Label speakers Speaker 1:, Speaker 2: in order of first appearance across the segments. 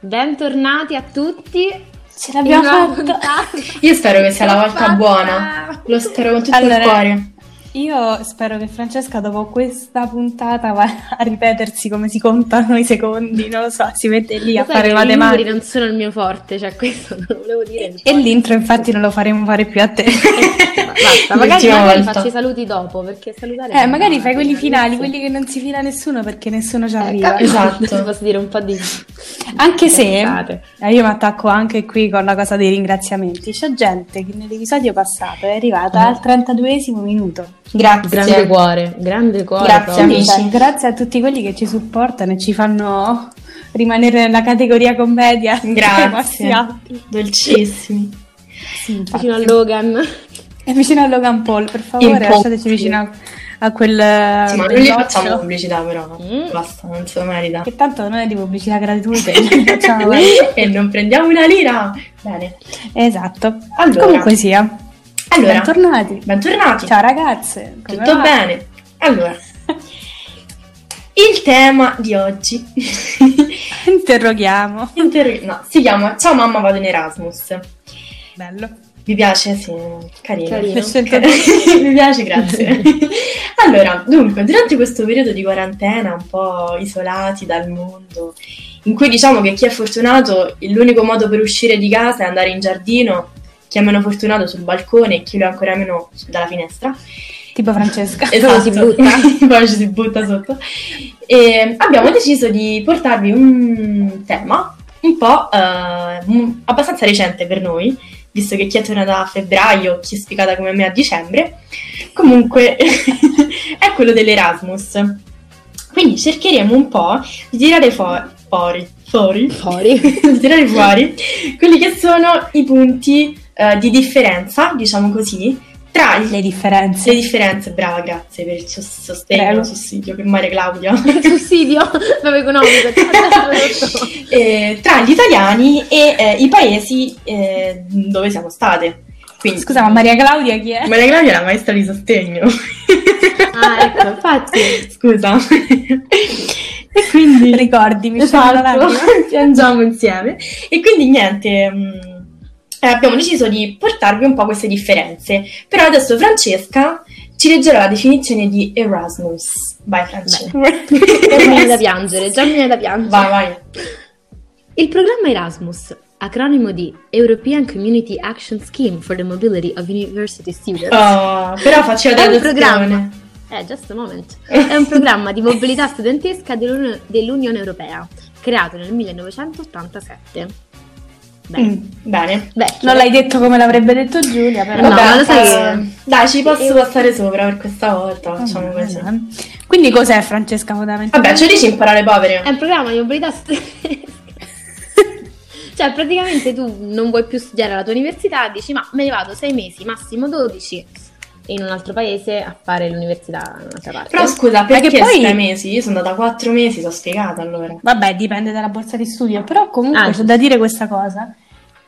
Speaker 1: Bentornati a tutti.
Speaker 2: Ce l'abbiamo
Speaker 1: In una
Speaker 2: fatta.
Speaker 1: puntata-
Speaker 3: Io spero che sia la volta
Speaker 1: Fatta.
Speaker 3: buona. Lo spero con tutto
Speaker 2: Allora-
Speaker 3: il cuore.
Speaker 2: Io spero che Francesca dopo questa puntata va a ripetersi come si contano i secondi, non lo so, si mette lì a
Speaker 1: Lo sai che
Speaker 2: fare
Speaker 1: i numeri
Speaker 2: matematica.
Speaker 1: non sono il mio forte, cioè questo non lo volevo dire.
Speaker 2: E l'intro infatti non lo faremo fare più a te.
Speaker 1: Basta, magari,
Speaker 3: L'ultima
Speaker 1: magari
Speaker 3: volta.
Speaker 1: faccio i saluti dopo perché salutare.
Speaker 2: Eh, magari fai quelli
Speaker 1: Sì.
Speaker 2: finali, quelli che non si fila nessuno perché nessuno ci
Speaker 1: Eh,
Speaker 2: arriva.
Speaker 1: capito?
Speaker 3: Esatto.
Speaker 1: Si posso dire un po' di.
Speaker 2: Anche se
Speaker 1: Cazzate.
Speaker 2: eh, io mi attacco anche qui con la cosa dei ringraziamenti. C'è gente che nell'episodio passato è arrivata
Speaker 1: Mm.
Speaker 2: al 32esimo minuto.
Speaker 3: Grazie.
Speaker 1: Grande cuore, grande cuore.
Speaker 3: Grazie,
Speaker 1: proprio.
Speaker 3: amici.
Speaker 2: Quindi, cioè, grazie a tutti quelli che ci supportano e ci fanno rimanere nella categoria commedia.
Speaker 3: Grazie.
Speaker 2: Passi alti.
Speaker 3: Dolcissimi.
Speaker 2: Sì, infatti.
Speaker 1: Vicino a Logan.
Speaker 2: È eh, vicino a Logan Paul, per
Speaker 3: In
Speaker 2: favore,
Speaker 3: Paul,
Speaker 2: lasciateci
Speaker 3: sì.
Speaker 2: vicino a, a quel eh,
Speaker 3: Sì, ma non gli
Speaker 2: belloccio,
Speaker 3: facciamo pubblicità, però.
Speaker 1: Mm.
Speaker 3: Basta, non se lo merita.
Speaker 2: Che tanto non è di pubblicità gratuita, quindi facciamo-
Speaker 3: e non prendiamo una lira. Bene.
Speaker 2: Esatto.
Speaker 3: Allora.
Speaker 2: Comunque sia.
Speaker 3: Allora,
Speaker 2: Bentornati.
Speaker 3: bentornati.
Speaker 2: Ciao ragazze. come
Speaker 3: tutto
Speaker 2: va?
Speaker 3: bene. Allora, il tema di oggi
Speaker 2: Interroghiamo.
Speaker 3: Inter- no, si chiama Ciao mamma vado in Erasmus.
Speaker 2: Bello.
Speaker 3: Vi piace? Sì, carino.
Speaker 1: Carino.
Speaker 2: Le scelte
Speaker 3: Ok, Mi piace, grazie. allora, dunque, durante questo periodo di quarantena, un po' isolati dal mondo, in cui diciamo che chi è fortunato, l'unico modo per uscire di casa è andare in giardino, chi è meno fortunato sul balcone e chi lo è ancora meno dalla finestra.
Speaker 2: Tipo Francesca.
Speaker 3: E
Speaker 1: poi si butta.
Speaker 3: Esatto. poi ci si butta sotto. E abbiamo deciso di portarvi un tema un po' eh, m- abbastanza recente per noi, visto che chi è tornata a febbraio, chi è spiegata come me a dicembre, comunque è quello dell'Erasmus. Quindi cercheremo un po' di tirare fu- fuori, fuori,
Speaker 1: Fuori.
Speaker 3: di tirare fuori quelli che sono i punti eh, di differenza, diciamo così, tra gli
Speaker 2: Le differenze.
Speaker 3: le differenze, brava, grazie per il suo sostegno,
Speaker 2: Prego.
Speaker 3: sussidio, che mare Claudia.
Speaker 1: Sussidio proprio economico.
Speaker 3: Eh, tra gli italiani e eh, i paesi eh, dove siamo state. Quindi,
Speaker 2: Scusa, ma Maria Claudia chi è?
Speaker 3: Maria Claudia è la maestra di sostegno.
Speaker 1: Ah, ecco, infatti.
Speaker 3: Scusa. e quindi...
Speaker 2: Ricordimi, scendo la
Speaker 3: Esatto,
Speaker 2: lacrima.
Speaker 3: piangiamo insieme. E quindi niente, mh, eh, abbiamo deciso di portarvi un po' queste differenze. Però adesso Francesca ci leggerà la definizione di Erasmus. Vai Francesca.
Speaker 1: Già mi viene da piangere, già mi viene da piangere.
Speaker 3: Vai, vai.
Speaker 1: Il programma Erasmus, acronimo di European Community Action Scheme for the Mobility of University Students,
Speaker 3: Oh, però faceva
Speaker 1: È
Speaker 3: da
Speaker 1: un
Speaker 3: adozione.
Speaker 1: programma. è just a moment, è un programma di mobilità studentesca dell'Unione, dell'Unione Europea, creato nel 1987. Beh,
Speaker 2: Mm.
Speaker 3: Bene.
Speaker 1: vecchio.
Speaker 2: Non l'hai detto come l'avrebbe detto Giulia, però.
Speaker 1: No, ma lo sai
Speaker 3: eh,
Speaker 1: che- Eh. Mm,
Speaker 3: Dai, ci posso passare sopra per questa volta. Facciamo così.
Speaker 2: eh. Quindi cos'è Francesca fondamentalmente?
Speaker 3: Vabbè, ci dici imparare povere.
Speaker 1: È un programma di mobilità studentesca. Cioè, praticamente tu non vuoi più studiare alla tua università, dici ma me ne vado sei mesi, massimo 12, in un altro paese a fare l'università in un'altra parte.
Speaker 3: Però scusa, perché
Speaker 2: che poi-
Speaker 3: sei mesi? Io sono andata quattro mesi, sono spiegata allora.
Speaker 2: Vabbè, dipende dalla borsa di studio, però comunque
Speaker 1: Ah,
Speaker 2: c'è da dire questa cosa,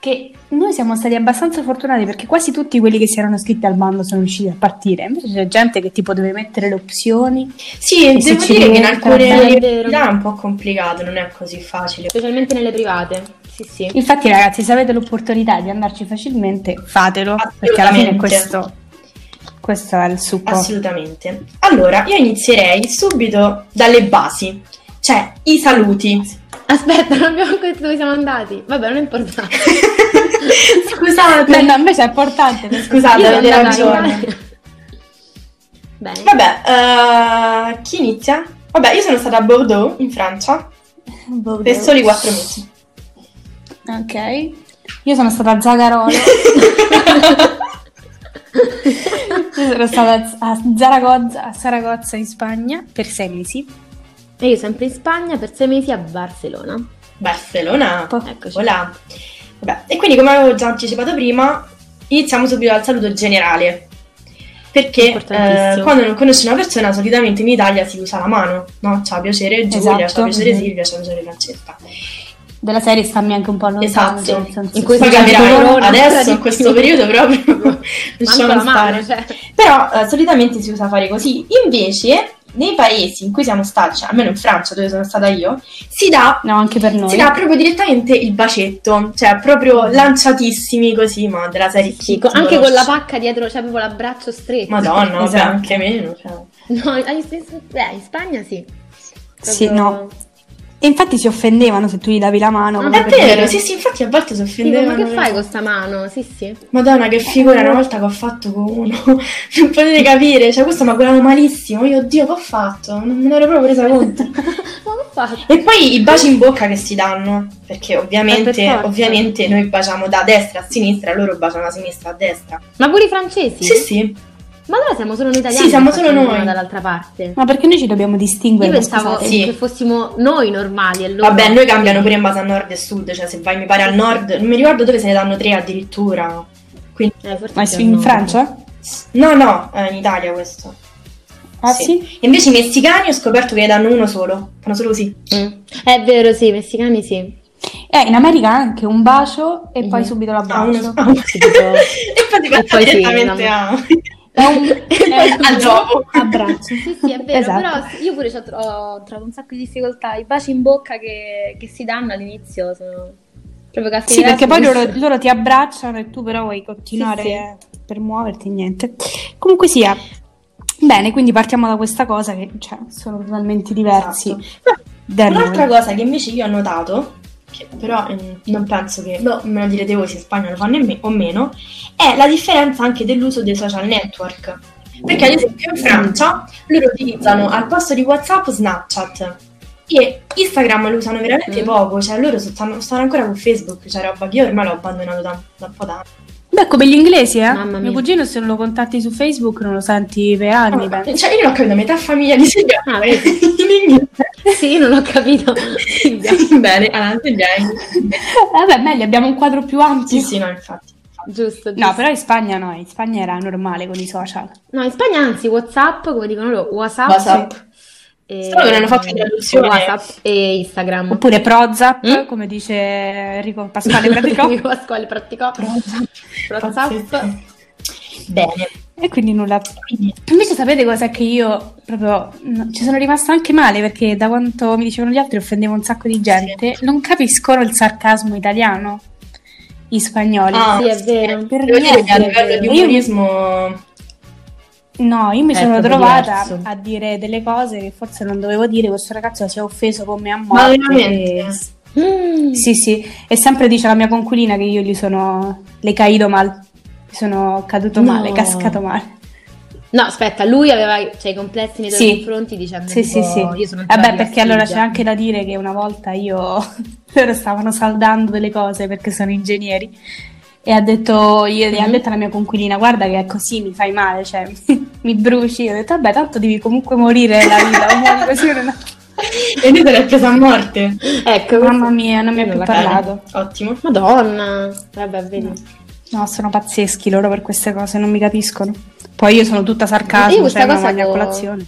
Speaker 2: che noi siamo stati abbastanza fortunati perché quasi tutti quelli che si erano iscritti al bando sono riusciti a partire, invece c'è gente che tipo deve mettere le opzioni.
Speaker 3: Sì,
Speaker 2: E se
Speaker 3: devo
Speaker 2: ci
Speaker 3: dire che in
Speaker 2: rientra,
Speaker 3: alcune
Speaker 1: bene.
Speaker 3: università è un po' complicato, non è così facile.
Speaker 1: Specialmente nelle private. Sì, sì.
Speaker 2: Infatti ragazzi, se avete l'opportunità di andarci facilmente, fatelo, perché alla fine
Speaker 3: Assolutamente.
Speaker 2: questo, questo è il succo.
Speaker 3: Assolutamente. Allora, io inizierei subito dalle basi, cioè i saluti.
Speaker 1: Aspetta, non abbiamo ancora detto dove siamo andati. Vabbè, non è importante.
Speaker 3: Scusate.
Speaker 2: Beh, no, invece è importante. perché-
Speaker 3: Scusate,
Speaker 1: Io sono
Speaker 3: avete
Speaker 1: andata in
Speaker 3: ragione.
Speaker 1: Italia. Bene.
Speaker 3: Vabbè, eh, chi inizia? Vabbè, io sono stata a Bordeaux, in Francia,
Speaker 2: Boh,
Speaker 3: per soli quattro mesi.
Speaker 2: Ok. Io sono stata a Zagarolo. Io sono stata a Zaragoza, a Saragozza in Spagna per sei mesi.
Speaker 1: E io sempre in Spagna per sei mesi a Barcellona.
Speaker 3: Barcellona,
Speaker 2: Po-
Speaker 1: Eccoci.
Speaker 3: voilà. Vabbè, e quindi come avevo già anticipato prima, iniziamo subito dal saluto generale. Perché
Speaker 1: Importantissimo.
Speaker 3: eh, quando non conosci una persona, solitamente in Italia si usa la mano, no? Ciao, piacere Giulia,
Speaker 2: Esatto.
Speaker 3: ciao, piacere
Speaker 1: Mm-hmm.
Speaker 2: Mhm.
Speaker 3: Silvia, ciao, piacere Francesca.
Speaker 2: Della serie stammi anche un po' lontano.
Speaker 3: Esatto.
Speaker 2: nel senso-
Speaker 1: In cui
Speaker 3: Poi
Speaker 1: si chiama
Speaker 3: capirai,
Speaker 1: Corona, ancora di
Speaker 3: adesso in
Speaker 1: più.
Speaker 3: questo periodo proprio
Speaker 1: Manco
Speaker 3: lasciamo
Speaker 1: la
Speaker 3: stare.
Speaker 1: mano, cioè.
Speaker 3: Però eh, solitamente si usa fare così. Invece, nei paesi in cui siamo stati, cioè almeno in Francia dove sono stata io, si dà,
Speaker 2: No, anche per noi.
Speaker 3: si dà proprio direttamente il bacetto, cioè proprio lanciatissimi così, ma della serie chi
Speaker 1: Sì, co-
Speaker 3: ti
Speaker 1: anche con
Speaker 3: conosce?
Speaker 1: la pacca dietro cioè, avevo l'abbraccio stretto.
Speaker 3: Madonna, vabbè,
Speaker 2: Esatto.
Speaker 3: anche meno. cioè.
Speaker 1: No, in, in- beh, in Spagna sì.
Speaker 2: Sì,
Speaker 1: Proprio-
Speaker 2: no. E infatti si offendevano se tu gli davi la mano.
Speaker 1: Ma
Speaker 3: È
Speaker 2: come per
Speaker 3: vero,
Speaker 2: dire-
Speaker 3: sì, sì, infatti a volte si
Speaker 1: Dico,
Speaker 3: offendevano.
Speaker 1: ma che fai Eh, con sta mano? Sì, sì.
Speaker 3: Madonna, che figura una volta che ho fatto con uno. Non potete capire, cioè questo mi ha curato malissimo. Io, oddio, che ho fatto? Non me ne ero proprio presa conto.
Speaker 1: Ma che fai?
Speaker 3: E poi i baci in bocca che si danno, perché ovviamente,
Speaker 1: Eh, per forza.
Speaker 3: ovviamente noi baciamo da destra a sinistra, loro baciano da sinistra a destra.
Speaker 1: Ma pure i francesi?
Speaker 3: Sì, sì.
Speaker 1: Ma allora siamo solo noi italiani?
Speaker 3: Sì, siamo
Speaker 1: che
Speaker 3: solo
Speaker 1: facciamo
Speaker 3: noi.
Speaker 1: una dall'altra parte.
Speaker 2: Ma perché noi ci dobbiamo
Speaker 1: Io
Speaker 2: distinguere?
Speaker 1: pensavo
Speaker 2: scusate.
Speaker 3: Sì.
Speaker 1: che fossimo noi normali e loro-
Speaker 3: Vabbè, noi cambiano pure in base a nord e sud, cioè se vai mi pare al nord, non mi ricordo dove se ne danno tre addirittura.
Speaker 1: Eh, forse
Speaker 2: Ma
Speaker 1: sì,
Speaker 2: su- in
Speaker 1: no.
Speaker 2: Francia?
Speaker 3: No, no, è in Italia questo.
Speaker 2: Ah
Speaker 3: Sì.
Speaker 2: sì?
Speaker 3: Invece i messicani ho scoperto che ne danno uno solo, fanno solo così.
Speaker 1: Mm. È vero, sì, i messicani sì.
Speaker 2: Eh, in America anche un bacio e poi
Speaker 1: Mhm.
Speaker 2: subito
Speaker 3: Ah, uno
Speaker 2: l'abbraccio.
Speaker 3: ah, uno.
Speaker 1: Sì, tipo-
Speaker 3: e poi ti
Speaker 1: e
Speaker 3: passa
Speaker 1: poi sì,
Speaker 3: direttamente
Speaker 1: no.
Speaker 3: a...
Speaker 2: È un
Speaker 1: poi
Speaker 2: è un
Speaker 3: al gioco.
Speaker 2: Abbraccio.
Speaker 1: Sì, sì, è vero,
Speaker 2: Esatto.
Speaker 1: però io pure c'ho tro- ho trovato un sacco di difficoltà. I baci in bocca che, che si danno all'inizio sono proprio cattivi.
Speaker 2: Sì, perché poi loro,
Speaker 1: versi.
Speaker 2: loro ti abbracciano e tu però vuoi continuare
Speaker 1: Sì, sì.
Speaker 2: eh, per muoverti, niente. Comunque sia, bene, quindi partiamo da questa cosa che cioè, sono totalmente diversi.
Speaker 3: Esatto.
Speaker 2: da noi.
Speaker 3: Un'altra cosa che invece io ho notato, che però ehm, non penso che no, me lo direte voi se in Spagna lo fanno in me- o meno, è la differenza anche dell'uso dei social network. Perché ad esempio in Francia loro utilizzano al posto di WhatsApp Snapchat e Instagram lo usano veramente
Speaker 1: Mm.
Speaker 3: poco, cioè loro so- stanno, stanno ancora con Facebook, cioè roba che io ormai l'ho abbandonato da, da un po' d'anni.
Speaker 2: Beh, come gli inglesi, eh?
Speaker 1: Mamma mia.
Speaker 2: Mio cugino se non lo contatti su Facebook non lo senti per anni,
Speaker 3: Ah,
Speaker 2: penso.
Speaker 3: cioè io non ho capito, metà famiglia di Silvia
Speaker 1: Ah,
Speaker 3: in
Speaker 1: vedi.
Speaker 3: Inghilterra.
Speaker 1: Sì, io non ho capito. Silvia.
Speaker 3: Bene, avanti, Jane.
Speaker 2: Vabbè, meglio, abbiamo un quadro più ampio.
Speaker 3: Sì, sì, no, infatti.
Speaker 1: Giusto, giusto.
Speaker 2: No, però in Spagna no, in Spagna era normale con i social.
Speaker 1: No, in Spagna anzi, WhatsApp, come dicono loro, WhatsApp.
Speaker 3: WhatsApp.
Speaker 1: E...
Speaker 3: Solo che non hanno fatto la traduzione.
Speaker 1: WhatsApp e Instagram.
Speaker 2: Oppure Prozap,
Speaker 1: Mm?
Speaker 2: come dice Enrico Pasquale praticò.
Speaker 1: Enrico Pasquale praticò. WhatsApp.
Speaker 3: Bene,
Speaker 2: e quindi nulla.
Speaker 3: quindi
Speaker 2: Invece sapete cosa che io proprio no, ci sono rimasta anche male perché da quanto mi dicevano gli altri offendevo un sacco di gente. Non capiscono il sarcasmo italiano, gli spagnoli.
Speaker 3: Ah,
Speaker 1: Sì, è vero.
Speaker 2: Per
Speaker 3: devo dire che a
Speaker 2: niente.
Speaker 3: livello di
Speaker 2: Io mi-
Speaker 3: umorismo
Speaker 2: No, io mi
Speaker 1: Eh, È
Speaker 2: sono
Speaker 1: proprio
Speaker 2: trovata
Speaker 1: diverso.
Speaker 2: a dire delle cose che forse non dovevo dire. Questo ragazzo si è offeso come a
Speaker 3: Ma
Speaker 2: morte.
Speaker 3: veramente?
Speaker 1: Mm.
Speaker 2: Sì, sì, e sempre dice la mia conculina che io gli sono le caído mal, Gli sono caduto
Speaker 1: No.
Speaker 2: male, cascato male.
Speaker 1: No, aspetta, lui aveva cioè, i complessi nei tuoi
Speaker 2: Sì.
Speaker 1: confronti dicendo
Speaker 2: Sì, sì,
Speaker 1: tipo,
Speaker 2: sì.
Speaker 1: io sono
Speaker 2: Vabbè,
Speaker 1: Antonio
Speaker 2: perché allora c'è
Speaker 1: Vastiglia.
Speaker 2: anche da dire che una volta io loro stavano saldando delle cose perché sono ingegneri e ha detto, io, gli ha
Speaker 1: Mhm.
Speaker 2: detto alla mia conculina guarda che è così mi fai male, cioè mi bruci. Io ho detto vabbè, tanto devi comunque morire la vita, o muori così o no.
Speaker 3: E lui te l'hai presa a morte.
Speaker 1: Ecco,
Speaker 2: Mamma mia, non mi ha
Speaker 1: Non
Speaker 2: più
Speaker 1: la
Speaker 2: parlato.
Speaker 3: Bene, Ottimo.
Speaker 1: Madonna. Vabbè, vedi.
Speaker 2: No. No, sono pazzeschi loro per queste cose, non mi capiscono. Poi io sono tutta sarcasmo,
Speaker 1: Io
Speaker 2: io
Speaker 1: questa
Speaker 2: cioè una
Speaker 1: cosa
Speaker 2: maglia a
Speaker 1: l'ho-
Speaker 2: colazione.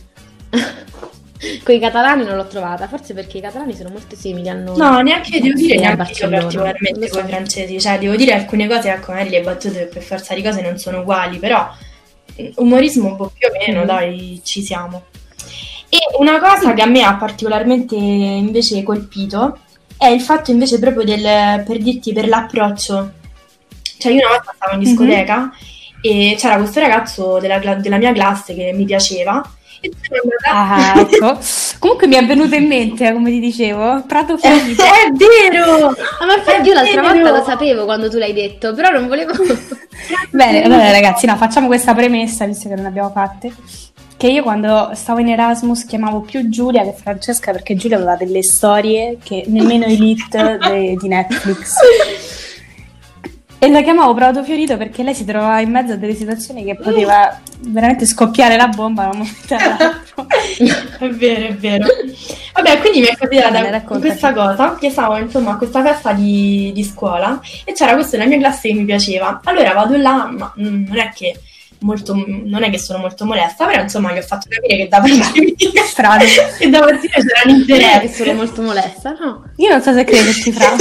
Speaker 1: Con i catalani non l'ho trovata, forse perché i catalani sono molto simili a noi.
Speaker 3: No, neanche io devo dire
Speaker 1: Sì, a
Speaker 3: neanche io
Speaker 1: Barcellona.
Speaker 3: particolarmente
Speaker 1: Lo so.
Speaker 3: con i francesi. Cioè, devo dire alcune cose, ecco, magari le battute per forza di cose non sono uguali, però eh, umorismo un po' più o meno,
Speaker 1: Mm.
Speaker 3: dai, ci siamo. E una cosa che a me ha particolarmente invece colpito è il fatto invece proprio del, per dirti, per l'approccio. Cioè, io una volta stavo in discoteca e c'era questo ragazzo della, cla- della mia classe che mi piaceva e sono andata...
Speaker 2: Ah, ecco. Comunque mi è venuto in mente, eh, come ti dicevo, Prato
Speaker 3: Eh,
Speaker 2: Fiorito.
Speaker 3: è vero!
Speaker 1: Ah, ma infatti io l'altra
Speaker 3: È vero!
Speaker 1: volta lo sapevo quando tu l'hai detto, però non volevo...
Speaker 2: Bene, allora ragazzi, no, facciamo questa premessa, visto che non abbiamo fatte, che io quando stavo in Erasmus chiamavo più Giulia che Francesca perché Giulia aveva delle storie che nemmeno Elite de- di Netflix. E la chiamavo Prato Fiorito perché lei si trovava in mezzo a delle situazioni che poteva veramente scoppiare la bomba da un momento all'altro.
Speaker 3: È vero, è vero. Vabbè, quindi mi
Speaker 2: Bene,
Speaker 3: è capitata
Speaker 2: raccontaci.
Speaker 3: questa cosa, che stavo insomma a questa festa di, di scuola e c'era questo nella mia classe che mi piaceva. Allora vado là, ma mm, non è che molto, non è che sono molto molesta, però insomma gli ho fatto capire che da parte mia,
Speaker 2: Strano.
Speaker 3: che da parte mia c'era un
Speaker 1: Non è che sono
Speaker 3: interesse.
Speaker 1: molto molesta, no?
Speaker 2: Io non so se crederti, Fra.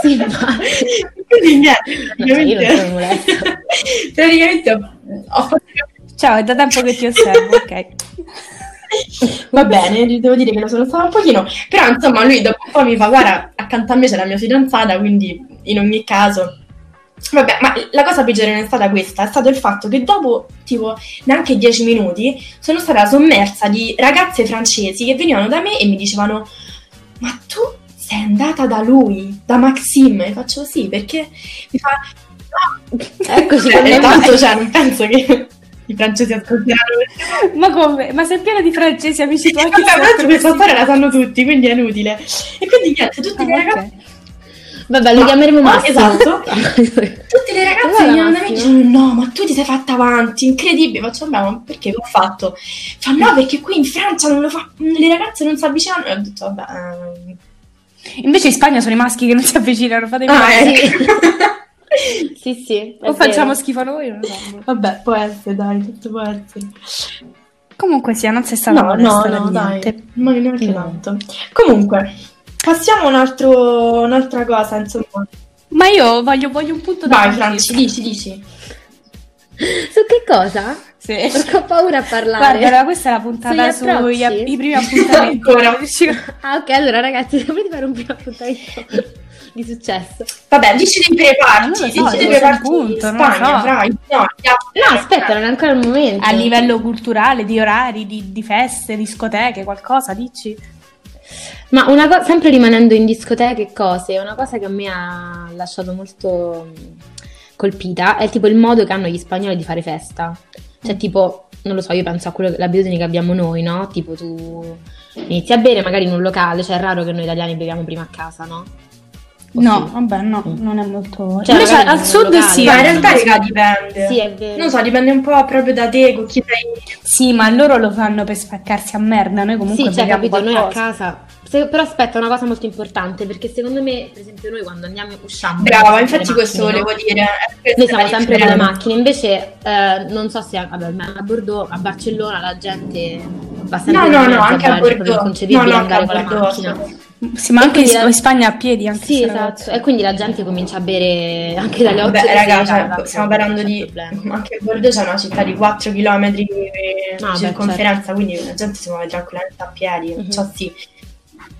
Speaker 1: Sì, infatti.
Speaker 3: Quindi niente,
Speaker 1: No, cioè, io non sono
Speaker 3: praticamente,
Speaker 1: molesta.
Speaker 3: praticamente ho, ho fatto capire
Speaker 2: Ciao, è da tempo che ti osservo, ok.
Speaker 3: Va bene, devo dire che lo sono stata un pochino, però insomma lui dopo un po' mi fa guarda, accanto a me c'è la mia fidanzata, quindi in ogni caso... Vabbè, ma la cosa peggiore non è stata questa, è stato il fatto che dopo tipo neanche dieci minuti sono stata sommersa di ragazze francesi che venivano da me e mi dicevano ma tu sei andata da lui, da Maxime? E faccio sì, perché mi fa... "No."
Speaker 1: Eccoci,
Speaker 3: Cioè,
Speaker 1: torniamo-
Speaker 3: tanto cioè, non penso che i francesi ascolteranno
Speaker 2: Ma come? Ma sei piena di francesi, amici tuoi? che
Speaker 3: Vabbè,
Speaker 2: sono
Speaker 3: però su questa
Speaker 2: così?
Speaker 3: storia la sanno tutti, quindi è inutile. E quindi niente, tutte le
Speaker 2: Ah, ok.
Speaker 3: ragazze,
Speaker 1: Vabbè, lo
Speaker 3: Ma-
Speaker 1: chiameremo
Speaker 3: ma-
Speaker 1: Massimo.
Speaker 3: esatto.
Speaker 1: Esatto.
Speaker 3: tutte le ragazze
Speaker 1: Allora,
Speaker 3: venivano da me e
Speaker 1: Massimo.
Speaker 3: dicevano no, ma tu ti sei fatta avanti, incredibile. Faccio, vabbè, ma perché l'ho fatto? Fa no, perché qui in Francia non lo fa, le ragazze non si avvicinano. E ho detto, vabbè... ehm,
Speaker 2: Invece in Spagna sono i maschi che non si avvicinano, fatemi
Speaker 3: Ah,
Speaker 2: male.
Speaker 3: ecco.
Speaker 1: sì, sì. è
Speaker 2: O facciamo
Speaker 1: vero.
Speaker 2: schifo noi, non lo so.
Speaker 3: vabbè, può essere, dai, tutto può essere.
Speaker 2: Comunque sì, non sei stata
Speaker 3: No, no,
Speaker 2: molesta da
Speaker 3: no,
Speaker 2: niente.
Speaker 3: dai, ma neanche
Speaker 1: No.
Speaker 3: tanto. Comunque, passiamo a un altro, un'altra cosa, insomma.
Speaker 2: Ma io voglio, voglio un punto
Speaker 3: Vai,
Speaker 2: da
Speaker 3: Franci, dici, dici.
Speaker 1: Su che cosa?
Speaker 2: Sì.
Speaker 1: Perché ho paura a parlare.
Speaker 2: Guarda, allora questa è la puntata
Speaker 1: Sugli approcci?
Speaker 2: sui app- i primi appuntamenti.
Speaker 3: Ancora.
Speaker 1: Ah, ok, allora ragazzi, se volete fare un primo appuntamento di successo.
Speaker 3: Vabbè, dici dei preparti,
Speaker 2: Non lo so,
Speaker 3: dici dei
Speaker 2: devo
Speaker 3: preparti
Speaker 2: sapere il
Speaker 3: in
Speaker 2: punto, non lo
Speaker 3: Spagna,
Speaker 2: so.
Speaker 3: fra- no,
Speaker 1: No, aspetta, non è ancora il momento.
Speaker 2: A livello culturale, di orari, di, di feste, discoteche, qualcosa, dici?
Speaker 1: Ma una cosa, sempre rimanendo in discoteche e cose, una cosa che a me ha lasciato molto mh, colpita è tipo il modo che hanno gli spagnoli di fare festa. Cioè, tipo, non lo so, io penso a quello, l'abitudine che abbiamo noi, no? Tipo, tu inizi a bere magari in un locale, cioè è raro che noi italiani beviamo prima a casa, no? O
Speaker 2: No,
Speaker 1: sì?
Speaker 2: vabbè, no,
Speaker 1: Mm.
Speaker 2: non è molto...
Speaker 1: Cioè,
Speaker 2: Invece
Speaker 1: magari
Speaker 2: al
Speaker 1: nel
Speaker 2: sud
Speaker 1: locale.
Speaker 2: sì.
Speaker 3: Ma in
Speaker 1: Sì,
Speaker 3: realtà,
Speaker 1: sì.
Speaker 3: raga, dipende.
Speaker 1: Sì, è vero.
Speaker 3: Non so, dipende un po' proprio da te, con chi sei.
Speaker 2: Sì, ma loro lo fanno per spaccarsi a merda, noi comunque
Speaker 1: Sì, cioè,
Speaker 2: beviamo
Speaker 1: capito, noi a
Speaker 2: qualcosa.
Speaker 1: casa. se- però aspetta, una cosa molto importante, perché secondo me, per esempio, noi quando andiamo usciamo.
Speaker 3: Brava,
Speaker 1: le
Speaker 3: infatti questo
Speaker 1: macchine, no?
Speaker 3: volevo dire. eh,
Speaker 1: Noi siamo sempre con le
Speaker 3: mano.
Speaker 1: macchine, invece eh, non so se vabbè, ormai a Bordeaux, a Barcellona la gente va sempre
Speaker 3: No,
Speaker 1: in
Speaker 3: no,
Speaker 1: mezzo
Speaker 3: no, anche
Speaker 1: Barcellona,
Speaker 3: a
Speaker 1: proprio
Speaker 3: Bordeaux.
Speaker 1: è
Speaker 3: No,
Speaker 1: inconcepibile
Speaker 3: no, anche a
Speaker 1: andare con la
Speaker 3: Bordeaux.
Speaker 1: macchina.
Speaker 2: Sì, ma
Speaker 1: E
Speaker 2: anche in,
Speaker 1: quindi la-
Speaker 2: in Spagna a piedi, anche
Speaker 1: Sì,
Speaker 2: se-
Speaker 1: esatto, e quindi la gente comincia a bere anche dalle 8
Speaker 3: Beh,
Speaker 1: di sera,
Speaker 3: raga, cioè,
Speaker 1: vabbè,
Speaker 3: stiamo
Speaker 1: non
Speaker 3: parlando
Speaker 1: c'è
Speaker 3: di...
Speaker 1: problema.
Speaker 3: Anche il Bordeaux c'è una città di 4 km di
Speaker 1: Ah, beh,
Speaker 3: circonferenza, quindi la gente si muove tranquillamente a piedi,
Speaker 1: Mhm.
Speaker 3: cioè sì.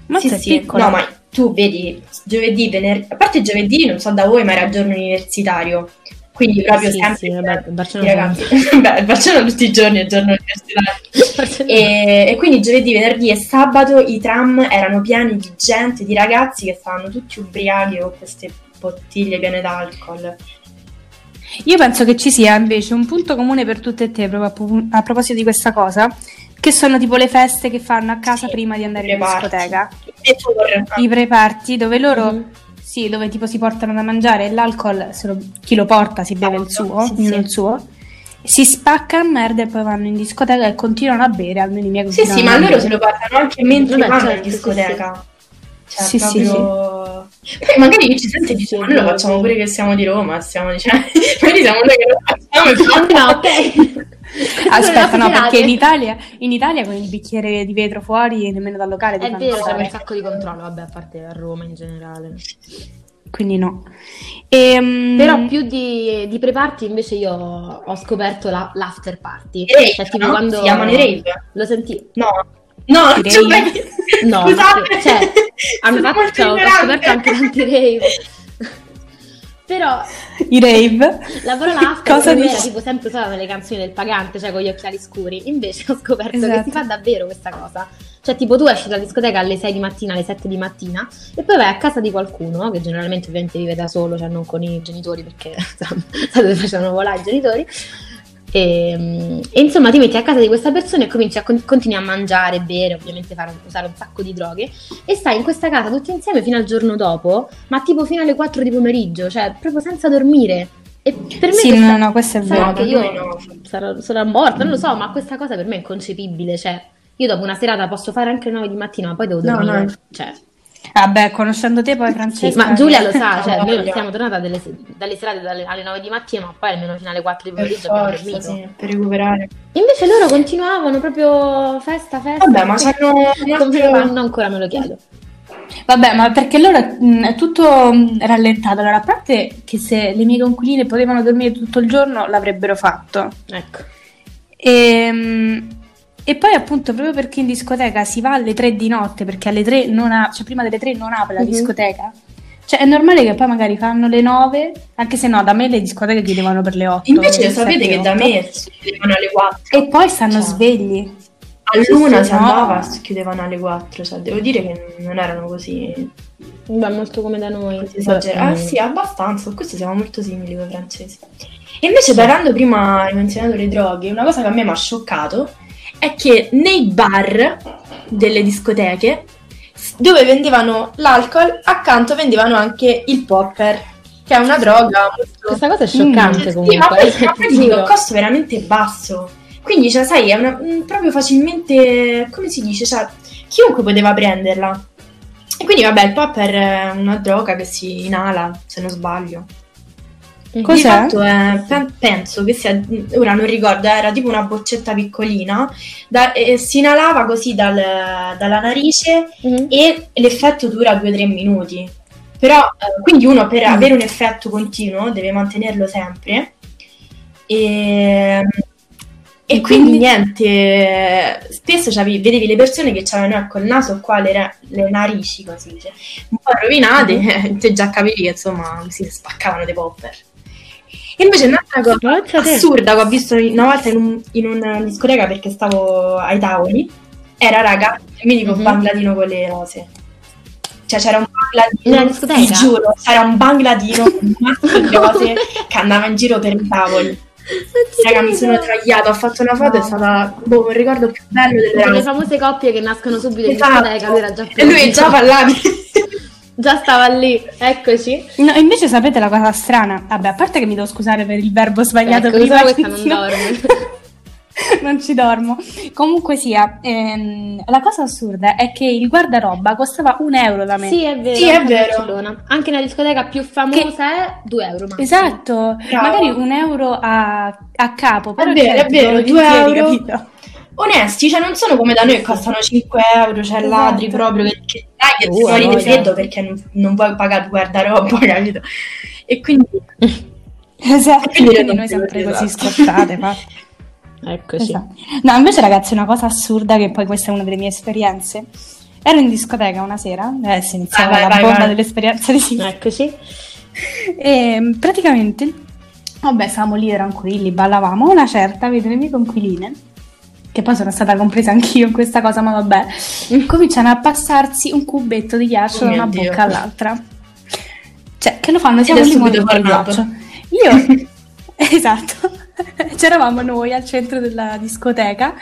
Speaker 2: Ma
Speaker 3: sì,
Speaker 2: sei
Speaker 3: sì.
Speaker 2: piccola.
Speaker 3: No, ma tu vedi, giovedì, venerdì... A parte giovedì, non so da voi, ma era giorno universitario. Quindi proprio
Speaker 1: Eh Sì,
Speaker 3: sempre...
Speaker 1: sì, vabbè,
Speaker 3: Sì,
Speaker 1: Barcellona
Speaker 3: ragazzi, beh, facciamo tutti i giorni, è giorno universitario.
Speaker 1: Barcellona.
Speaker 3: E, e quindi giovedì, venerdì e sabato i tram erano pieni di gente, di ragazzi che stavano tutti ubriachi con queste bottiglie piene d'alcol.
Speaker 2: Io penso che ci sia invece un punto comune per tutte e te, proprio a, po- a proposito di questa cosa, che sono tipo le feste che fanno a casa
Speaker 3: Sì,
Speaker 2: prima di andare
Speaker 3: i
Speaker 2: in
Speaker 3: reparti.
Speaker 2: discoteca,
Speaker 3: E tu, Borra?
Speaker 2: i preparti dove loro,
Speaker 1: Mhm.
Speaker 2: sì, dove tipo si portano da mangiare e l'alcol, se lo- chi lo porta si beve il suo,
Speaker 3: Sì,
Speaker 2: ognuno
Speaker 3: sì.
Speaker 2: il suo, si spacca a merda e poi vanno in discoteca e continuano a bere, almeno i miei
Speaker 3: Sì,
Speaker 2: continuano
Speaker 3: sì, ma
Speaker 2: a
Speaker 3: loro
Speaker 2: bere.
Speaker 3: se lo portano anche mentre
Speaker 1: Vabbè,
Speaker 3: vanno in
Speaker 1: certo, sì,
Speaker 3: discoteca. Cioè,
Speaker 2: Sì, sì,
Speaker 3: proprio... Poi magari ci sente e dice, ma noi lo facciamo pure che siamo di Roma, siamo, cioè, magari siamo noi che lo facciamo e
Speaker 1: Ah, no,
Speaker 3: fanno...
Speaker 1: ok.
Speaker 2: Aspetta, no,
Speaker 1: Sono
Speaker 2: perché in
Speaker 1: serate.
Speaker 2: Italia, in Italia con il bicchiere di vetro fuori e nemmeno dal locale ti
Speaker 1: È
Speaker 2: fanno
Speaker 3: cioè,
Speaker 1: vero, c'è
Speaker 2: stare.
Speaker 1: un sacco di controllo, vabbè, a parte a Roma in generale.
Speaker 2: quindi no. Ehm,
Speaker 1: Però più di, di pre-party invece io ho scoperto la- l'after party.
Speaker 3: Rave,
Speaker 1: Cioè, tipo
Speaker 3: no?
Speaker 1: quando
Speaker 3: Si chiamano i rave?
Speaker 1: Lo senti.
Speaker 3: No, no,
Speaker 2: Direi-
Speaker 3: cioè,
Speaker 1: No,
Speaker 3: scusate,
Speaker 1: cioè, Hanno
Speaker 3: sono
Speaker 1: fatto,
Speaker 3: molto
Speaker 1: cioè, ho
Speaker 3: ignorante.
Speaker 1: scoperto anche tanti rave. Però
Speaker 2: i rave.
Speaker 1: la parola after
Speaker 2: Cosa
Speaker 1: per me
Speaker 2: dici?
Speaker 1: era tipo sempre usata nelle canzoni del pagante, cioè con gli occhiali scuri. Invece ho scoperto che
Speaker 2: Esatto.
Speaker 1: si fa davvero questa cosa. Cioè, tipo, tu esci dalla discoteca alle 6 di mattina, alle 7 di mattina, e poi vai a casa di qualcuno, che generalmente ovviamente vive da solo, cioè non con i genitori, perché insomma, sai dove facevano volare i genitori. E, mm, e insomma ti metti a casa di questa persona e cominci a con- continui a mangiare, bere, ovviamente fare, usare un sacco di droghe e stai in questa casa tutti insieme fino al giorno dopo, ma tipo fino alle 4 di pomeriggio, cioè proprio senza dormire. E per me
Speaker 2: Sì,
Speaker 1: questa-
Speaker 2: no, no, questo è
Speaker 1: sarà
Speaker 2: vero.
Speaker 1: che
Speaker 3: per
Speaker 1: io
Speaker 3: noi no.
Speaker 1: sarò, sarò morta, non lo so, ma questa cosa per me è inconcepibile, cioè io dopo una serata posso fare anche 9 di mattina, ma poi devo
Speaker 3: No,
Speaker 1: dormire.
Speaker 3: no.
Speaker 1: Cioè,
Speaker 2: Vabbè, conoscendo te poi
Speaker 1: sì,
Speaker 2: Francesca. eh.
Speaker 1: ma Giulia lo sa, cioè,
Speaker 3: No,
Speaker 1: noi
Speaker 3: voglio.
Speaker 1: siamo tornate dalle, dalle serate dalle- alle 9 di mattina, ma poi almeno fino alle 4 di
Speaker 3: Per
Speaker 1: pomeriggio abbiamo
Speaker 3: forza,
Speaker 1: dormito.
Speaker 3: sì, per recuperare.
Speaker 1: Invece loro continuavano proprio festa, festa.
Speaker 3: Vabbè, ma sanno un
Speaker 1: Conferma,
Speaker 3: altro...
Speaker 1: non ancora me lo chiedo.
Speaker 2: Vabbè, ma perché loro mh, è tutto mh, rallentato. Allora, a parte che se le mie conquiline potevano dormire tutto il giorno, l'avrebbero fatto.
Speaker 1: Ecco.
Speaker 2: Ehm, E, E poi appunto proprio perché in discoteca si va alle 3 di notte, perché alle 3 non ha, cioè prima delle 3 non apre la
Speaker 1: Mhm.
Speaker 2: discoteca. Cioè è normale che poi magari fanno le 9, anche se no, da me le discoteche chiudevano per le 8.
Speaker 3: Invece sapete che da me si chiudevano alle 4.
Speaker 2: E poi stanno
Speaker 3: Cioè.
Speaker 2: svegli.
Speaker 3: A luna si
Speaker 2: no.
Speaker 3: andava, si chiudevano alle 4. Cioè, devo dire che non erano così
Speaker 1: Beh, molto come da noi. mm.
Speaker 3: esagerati. Ah, sì, abbastanza. Su Questo siamo molto simili con i francesi. E invece, parlando prima, hai menzionato le droghe, una cosa che a me mi ha scioccato è che nei bar delle discoteche s- dove vendevano l'alcol, accanto vendevano anche il popper, che è una droga molto
Speaker 1: Questa cosa è scioccante
Speaker 3: ecco. Mm. Sì,
Speaker 1: comunque.
Speaker 3: ma poi,
Speaker 1: eh,
Speaker 3: ma poi
Speaker 1: ti
Speaker 3: ti dico,
Speaker 1: giuro.
Speaker 3: il costo è veramente basso. Quindi, cioè, sai, è una- mh, proprio facilmente, come si dice, cioè, chiunque poteva prenderla. E quindi, vabbè, il popper è una droga che si inala, se non sbaglio. Di
Speaker 2: Cos'è?
Speaker 3: fatto è- pen- penso che sia, mm, ora non ricordo, era tipo una boccetta piccolina, da- e si inalava così dal- dalla narice
Speaker 1: Mhm.
Speaker 3: e l'effetto dura 2-3 minuti. Però, eh, quindi uno per
Speaker 2: Mm.
Speaker 3: avere un effetto continuo deve mantenerlo sempre. E, e
Speaker 2: E
Speaker 3: quindi,
Speaker 2: quindi-
Speaker 3: niente, spesso c'avevi- vedevi le persone che avevano col naso qua le, ra- le narici così, cioè, un po' rovinate, te già capivi che insomma si spaccavano dei popper. E invece un'altra cosa
Speaker 1: Ammazza te.
Speaker 3: assurda che ho visto una volta in, un- in una discoteca perché stavo ai tavoli era raga mi dico
Speaker 1: Mhm.
Speaker 3: bangladino con le rose cioè c'era un
Speaker 1: Nella
Speaker 3: bangladino
Speaker 1: discoteca?
Speaker 3: ti giuro c'era un bangladino con un mazzo di rose che andava in giro per i tavoli raga mi sono tagliata ho fatto una foto
Speaker 1: No.
Speaker 3: è stata boh, un ricordo più bello delle
Speaker 1: Quelle
Speaker 3: rose
Speaker 1: famose coppie che nascono subito in
Speaker 3: Esatto.
Speaker 1: discoteca, lui era già
Speaker 3: e lui già parlava
Speaker 1: Già stava lì, eccoci.
Speaker 2: No, invece sapete la cosa strana? Vabbè, a parte che mi devo scusare per il verbo sbagliato
Speaker 1: Ecco,
Speaker 2: prima,
Speaker 1: questa non
Speaker 2: no.
Speaker 1: dorme.
Speaker 2: non ci dormo. Comunque sia, ehm, la cosa assurda è che il guardaroba costava un euro da me.
Speaker 1: Sì, è vero.
Speaker 3: Sì, è
Speaker 1: anche a
Speaker 3: vero.
Speaker 1: Barcellona. Anche nella discoteca più famosa è 2 euro. massimo.
Speaker 2: Esatto, magari un euro a, a capo, però
Speaker 3: È vero,
Speaker 2: certo,
Speaker 3: è vero, due
Speaker 2: volentieri,
Speaker 3: euro.
Speaker 2: capito?
Speaker 3: onesti cioè non sono come da noi che costano 5 euro c'è
Speaker 2: Esatto.
Speaker 3: ladri proprio che, che dai che
Speaker 1: Oh,
Speaker 3: ti muori di
Speaker 1: voglia.
Speaker 3: freddo perché non, non vuoi pagare il guardaroba capito e quindi eh,
Speaker 2: Esatto,
Speaker 3: Quindi
Speaker 2: quindi
Speaker 3: non
Speaker 2: noi sempre
Speaker 3: esatto.
Speaker 2: così scottate, ma-
Speaker 3: Ecco,
Speaker 1: Eccoci.
Speaker 2: esatto. No, invece ragazzi, una cosa assurda che poi questa è una delle mie esperienze. Ero in discoteca una sera, adesso iniziamo
Speaker 3: Ah, Vai, vai,
Speaker 2: la
Speaker 3: vai,
Speaker 2: bomba
Speaker 3: vai.
Speaker 2: dell'esperienza di Silvia.
Speaker 1: Eccoci.
Speaker 2: E mm, praticamente, vabbè, stavamo lì tranquilli, ballavamo, una certa, vedo le mie conquiline, che poi sono stata compresa anch'io in questa cosa, ma vabbè, cominciano a passarsi un cubetto di ghiaccio
Speaker 3: Mm. Oh
Speaker 2: da
Speaker 3: mio
Speaker 2: una
Speaker 3: Dio.
Speaker 2: bocca all'altra. Cioè, che lo fanno? Siamo
Speaker 3: è
Speaker 2: lì
Speaker 3: subito
Speaker 2: con il
Speaker 3: tornato.
Speaker 2: ghiaccio. Io, esatto, c'eravamo noi al centro della discoteca,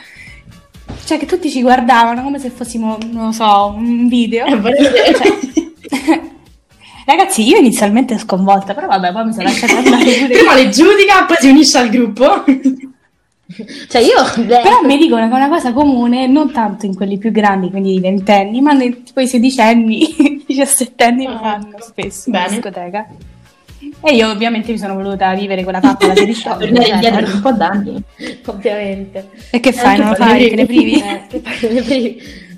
Speaker 2: cioè che tutti ci guardavano come se fossimo, non lo so, un video.
Speaker 3: Eh, vorrei vedere.
Speaker 2: Esatto. Ragazzi, io inizialmente sconvolta, però vabbè, poi mi sono lasciata andare pure.
Speaker 3: prima le giudica, poi si unisce al gruppo.
Speaker 1: Cioè io... beh,
Speaker 2: Però mi dicono che è una cosa comune, non tanto in quelli più grandi, quindi i ventenni, ma nei, tipo i sedicenni, i diciassettenni lo
Speaker 3: Ah,
Speaker 2: fanno
Speaker 3: ecco.
Speaker 2: spesso in
Speaker 3: Bene.
Speaker 2: discoteca. E io ovviamente mi sono voluta vivere quella tappa alla
Speaker 1: Cioè,
Speaker 2: sedicenne.
Speaker 3: Tornare indietro di un po' d'anni.
Speaker 1: Ah, Ovviamente.
Speaker 2: cioè, E che fai,
Speaker 3: Eh,
Speaker 2: non lo
Speaker 3: che fai,
Speaker 2: fai,
Speaker 3: ne
Speaker 2: te ne privi?
Speaker 1: Eh, che parli prima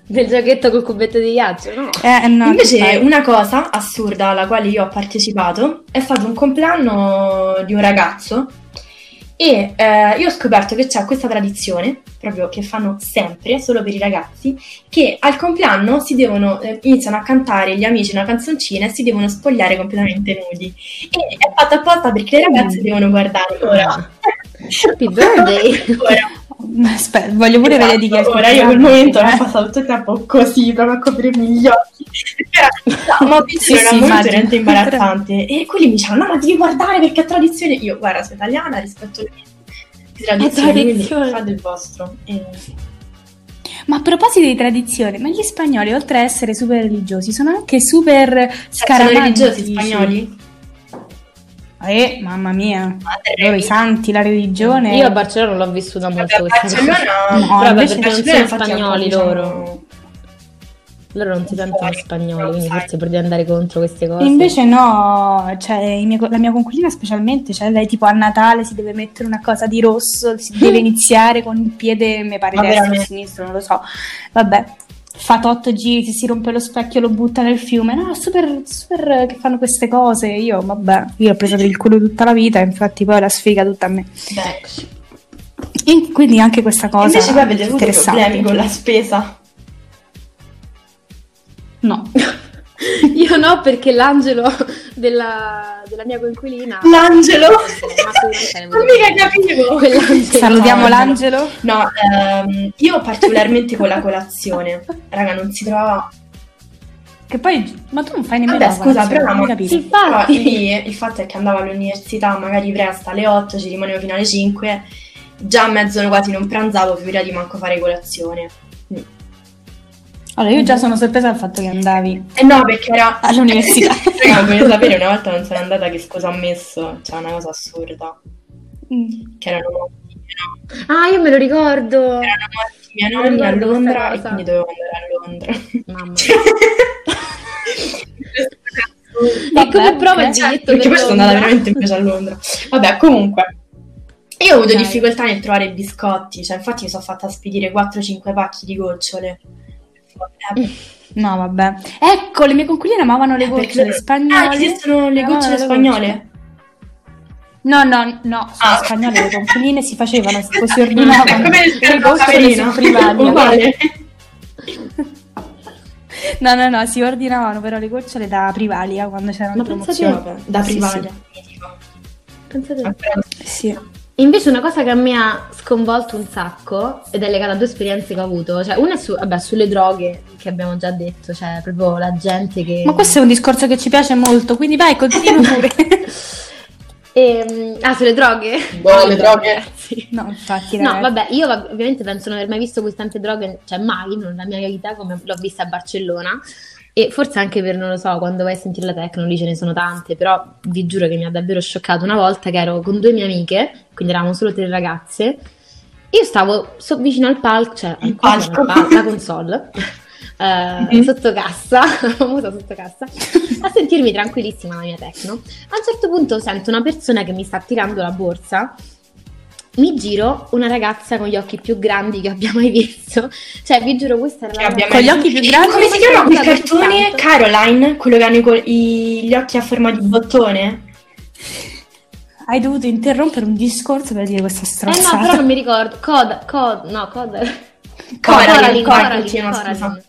Speaker 1: del giochetto col cubetto di ghiaccio, no?
Speaker 2: Eh, no, che
Speaker 3: Invece,
Speaker 2: fai?
Speaker 3: una cosa assurda alla quale io ho partecipato è stato un compleanno di un ragazzo. E eh, io ho scoperto che c'è questa tradizione, proprio che fanno sempre, solo per i ragazzi, che al compleanno si devono, eh, iniziano a cantare gli amici una canzoncina e si devono spogliare completamente nudi. E è fatto apposta perché le ragazze
Speaker 2: Mm.
Speaker 3: devono guardare ora.
Speaker 1: Happy birthday!
Speaker 3: Ora.
Speaker 2: Ma Aspetta, voglio pure vedere di chi è il
Speaker 3: Esatto, Ora io quel
Speaker 2: compleanno,
Speaker 3: momento
Speaker 2: eh.
Speaker 3: ho passato tutto il tempo così, proprio a coprirmi gli occhi. Era, ma
Speaker 2: Sì,
Speaker 3: sì, era
Speaker 2: sì,
Speaker 3: molto
Speaker 2: immagino.
Speaker 3: veramente imbarazzante. E quelli mi dicevano, no, ma devi guardare perché è tradizione. Io, guarda, sono italiana, rispetto le le tradizioni, quindi
Speaker 1: tradizione.
Speaker 3: fate il vostro. E- cioè,
Speaker 2: Ma a proposito di tradizione, ma gli spagnoli, oltre a essere super religiosi, sono anche super
Speaker 3: Sono
Speaker 2: scaramantici.
Speaker 3: religiosi spagnoli?
Speaker 2: Eh, mamma mia.
Speaker 3: Ma
Speaker 2: Loro i santi, la religione.
Speaker 1: Io a Barcellona non l'ho vissuta molto
Speaker 3: Vabbè,
Speaker 1: questa
Speaker 3: a
Speaker 1: cosa.
Speaker 3: Cioè, Barcellona...
Speaker 2: No,
Speaker 1: Proprio
Speaker 2: invece
Speaker 1: perché non
Speaker 3: Barcellona,
Speaker 1: sono
Speaker 3: infatti, è un po',
Speaker 1: spagnoli
Speaker 3: diciamo,
Speaker 1: loro. Loro non si sentono spagnoli, quindi forse pur di andare contro queste cose.
Speaker 2: Invece no, cioè, i miei- la mia conquilina specialmente, cioè lei tipo a Natale si deve mettere una cosa di rosso, si deve iniziare con il piede, mi pare
Speaker 3: Ma
Speaker 2: destro o
Speaker 3: veramente?
Speaker 2: sinistro, non lo so. Vabbè, fa otto giri, se si rompe lo specchio lo butta nel fiume. No, super, super che fanno queste cose. Io, vabbè, io l'ho presa per il culo tutta la vita, infatti poi la sfiga tutta a me.
Speaker 3: Beh,
Speaker 2: E quindi anche questa cosa
Speaker 3: Invece voi avete avuto
Speaker 2: interessante.
Speaker 3: problemi con la spesa.
Speaker 2: No,
Speaker 1: Io no, perché l'angelo della, della mia coinquilina.
Speaker 3: L'angelo!
Speaker 1: Ma sicuramente
Speaker 3: non mica capivo!
Speaker 1: Quell'angelo.
Speaker 2: salutiamo
Speaker 3: no,
Speaker 2: l'angelo.
Speaker 3: No, ehm, io particolarmente con la colazione. Raga, non si trovava...
Speaker 2: Che poi, ma tu non fai nemmeno
Speaker 3: Vabbè,
Speaker 2: la
Speaker 3: scusa,
Speaker 2: colazione,
Speaker 3: però
Speaker 2: non
Speaker 3: la
Speaker 2: capisco.
Speaker 1: Sì, infatti.
Speaker 3: però lì il fatto è che andavo all'università magari presto alle 8, ci rimanevo fino alle 5, già a mezzanotte quasi non pranzavo, figurati manco fare colazione.
Speaker 2: Allora, io già sono sorpresa dal fatto che andavi
Speaker 3: E Eh no, perché era...
Speaker 2: all'università.
Speaker 3: Raga, voglio sapere, una volta non sono andata che scusa ha messo, cioè una cosa assurda,
Speaker 2: Mm.
Speaker 3: che erano morti, no?
Speaker 1: Ah, io me lo ricordo.
Speaker 3: erano morti i miei
Speaker 1: Non
Speaker 3: nonni a
Speaker 1: ricordo
Speaker 3: Londra
Speaker 1: questa
Speaker 3: e
Speaker 1: cosa.
Speaker 3: quindi dovevo andare a Londra.
Speaker 1: Mamma.
Speaker 2: Vabbè,
Speaker 1: e come prova il
Speaker 2: ok.
Speaker 1: biglietto
Speaker 3: Perché
Speaker 1: per
Speaker 3: poi sono andata
Speaker 1: Londra?
Speaker 3: veramente invece a Londra. Vabbè, comunque. Io ho avuto
Speaker 2: Dai.
Speaker 3: difficoltà nel trovare biscotti, cioè infatti mi sono fatta spedire 4-5 pacchi di gocciole. Eh,
Speaker 2: No, vabbè. Ecco, le mie conquiline amavano le
Speaker 3: perché-
Speaker 2: gocciole
Speaker 3: Ah,
Speaker 2: spagnole.
Speaker 3: esistono le
Speaker 2: Ah,
Speaker 3: gocciole
Speaker 2: le
Speaker 3: spagnole?
Speaker 2: No, no, no, sulle
Speaker 3: Ah.
Speaker 2: spagnole le conquiline si facevano, tipo, si
Speaker 3: È
Speaker 2: ordinavano.
Speaker 3: come il
Speaker 2: le
Speaker 3: carbo
Speaker 2: gocciole sul
Speaker 3: caverino.
Speaker 2: privaglio.
Speaker 3: Uguale.
Speaker 2: No, no, no, si ordinavano però le gocciole da privalia quando c'erano
Speaker 1: Ma
Speaker 2: le
Speaker 1: pensate-
Speaker 2: promozioni.
Speaker 3: Vabbè, Da
Speaker 2: Sì,
Speaker 3: privata. Ah.
Speaker 1: Pensate.
Speaker 2: Sì.
Speaker 1: Invece una cosa che a me ha sconvolto un sacco ed è legata a due esperienze che ho avuto, cioè una è su- vabbè, sulle droghe che abbiamo già detto, cioè proprio la gente che...
Speaker 2: Ma questo è un discorso che ci piace molto, quindi vai, continua pure.
Speaker 1: Ehm, ah, sulle droghe?
Speaker 3: Boh, le droghe.
Speaker 1: Sì.
Speaker 2: no, infatti,
Speaker 1: No,
Speaker 3: eh.
Speaker 2: ragazzi.
Speaker 1: vabbè, io vabb- ovviamente penso di non aver mai visto così tante droghe, cioè mai nella mia vita come l'ho vista a Barcellona e forse anche per, non lo so, quando vai a sentire la techno lì ce ne sono tante, però vi giuro che mi ha davvero scioccato una volta che ero con due mie amiche, quindi eravamo solo tre ragazze, io stavo so- vicino al palco, cioè al
Speaker 3: Il
Speaker 1: cosa
Speaker 3: palco.
Speaker 1: era il pal- la console, eh,
Speaker 3: Mhm.
Speaker 1: sotto cassa, la famosa sotto cassa, a sentirmi tranquillissima la mia techno. A un certo punto sento una persona che mi sta tirando la borsa. Mi giro una ragazza con gli occhi più grandi che abbia mai visto. Cioè, vi giuro, questa era
Speaker 3: Che
Speaker 1: la
Speaker 3: abbia
Speaker 1: cosa-
Speaker 2: Con gli occhi più grandi.
Speaker 3: Come si chiama quel cartone?
Speaker 1: Tanto.
Speaker 3: Caroline? Quello che hanno i col- i- gli occhi a forma di bottone?
Speaker 2: Hai dovuto interrompere un discorso per dire questa
Speaker 1: Eh
Speaker 2: stronzata.
Speaker 1: no, però non mi ricordo. Cod, Cod, no, Cod. Coraline,
Speaker 3: Coraline, Coraline,
Speaker 1: Coraline,
Speaker 3: scusa.
Speaker 1: Coraline.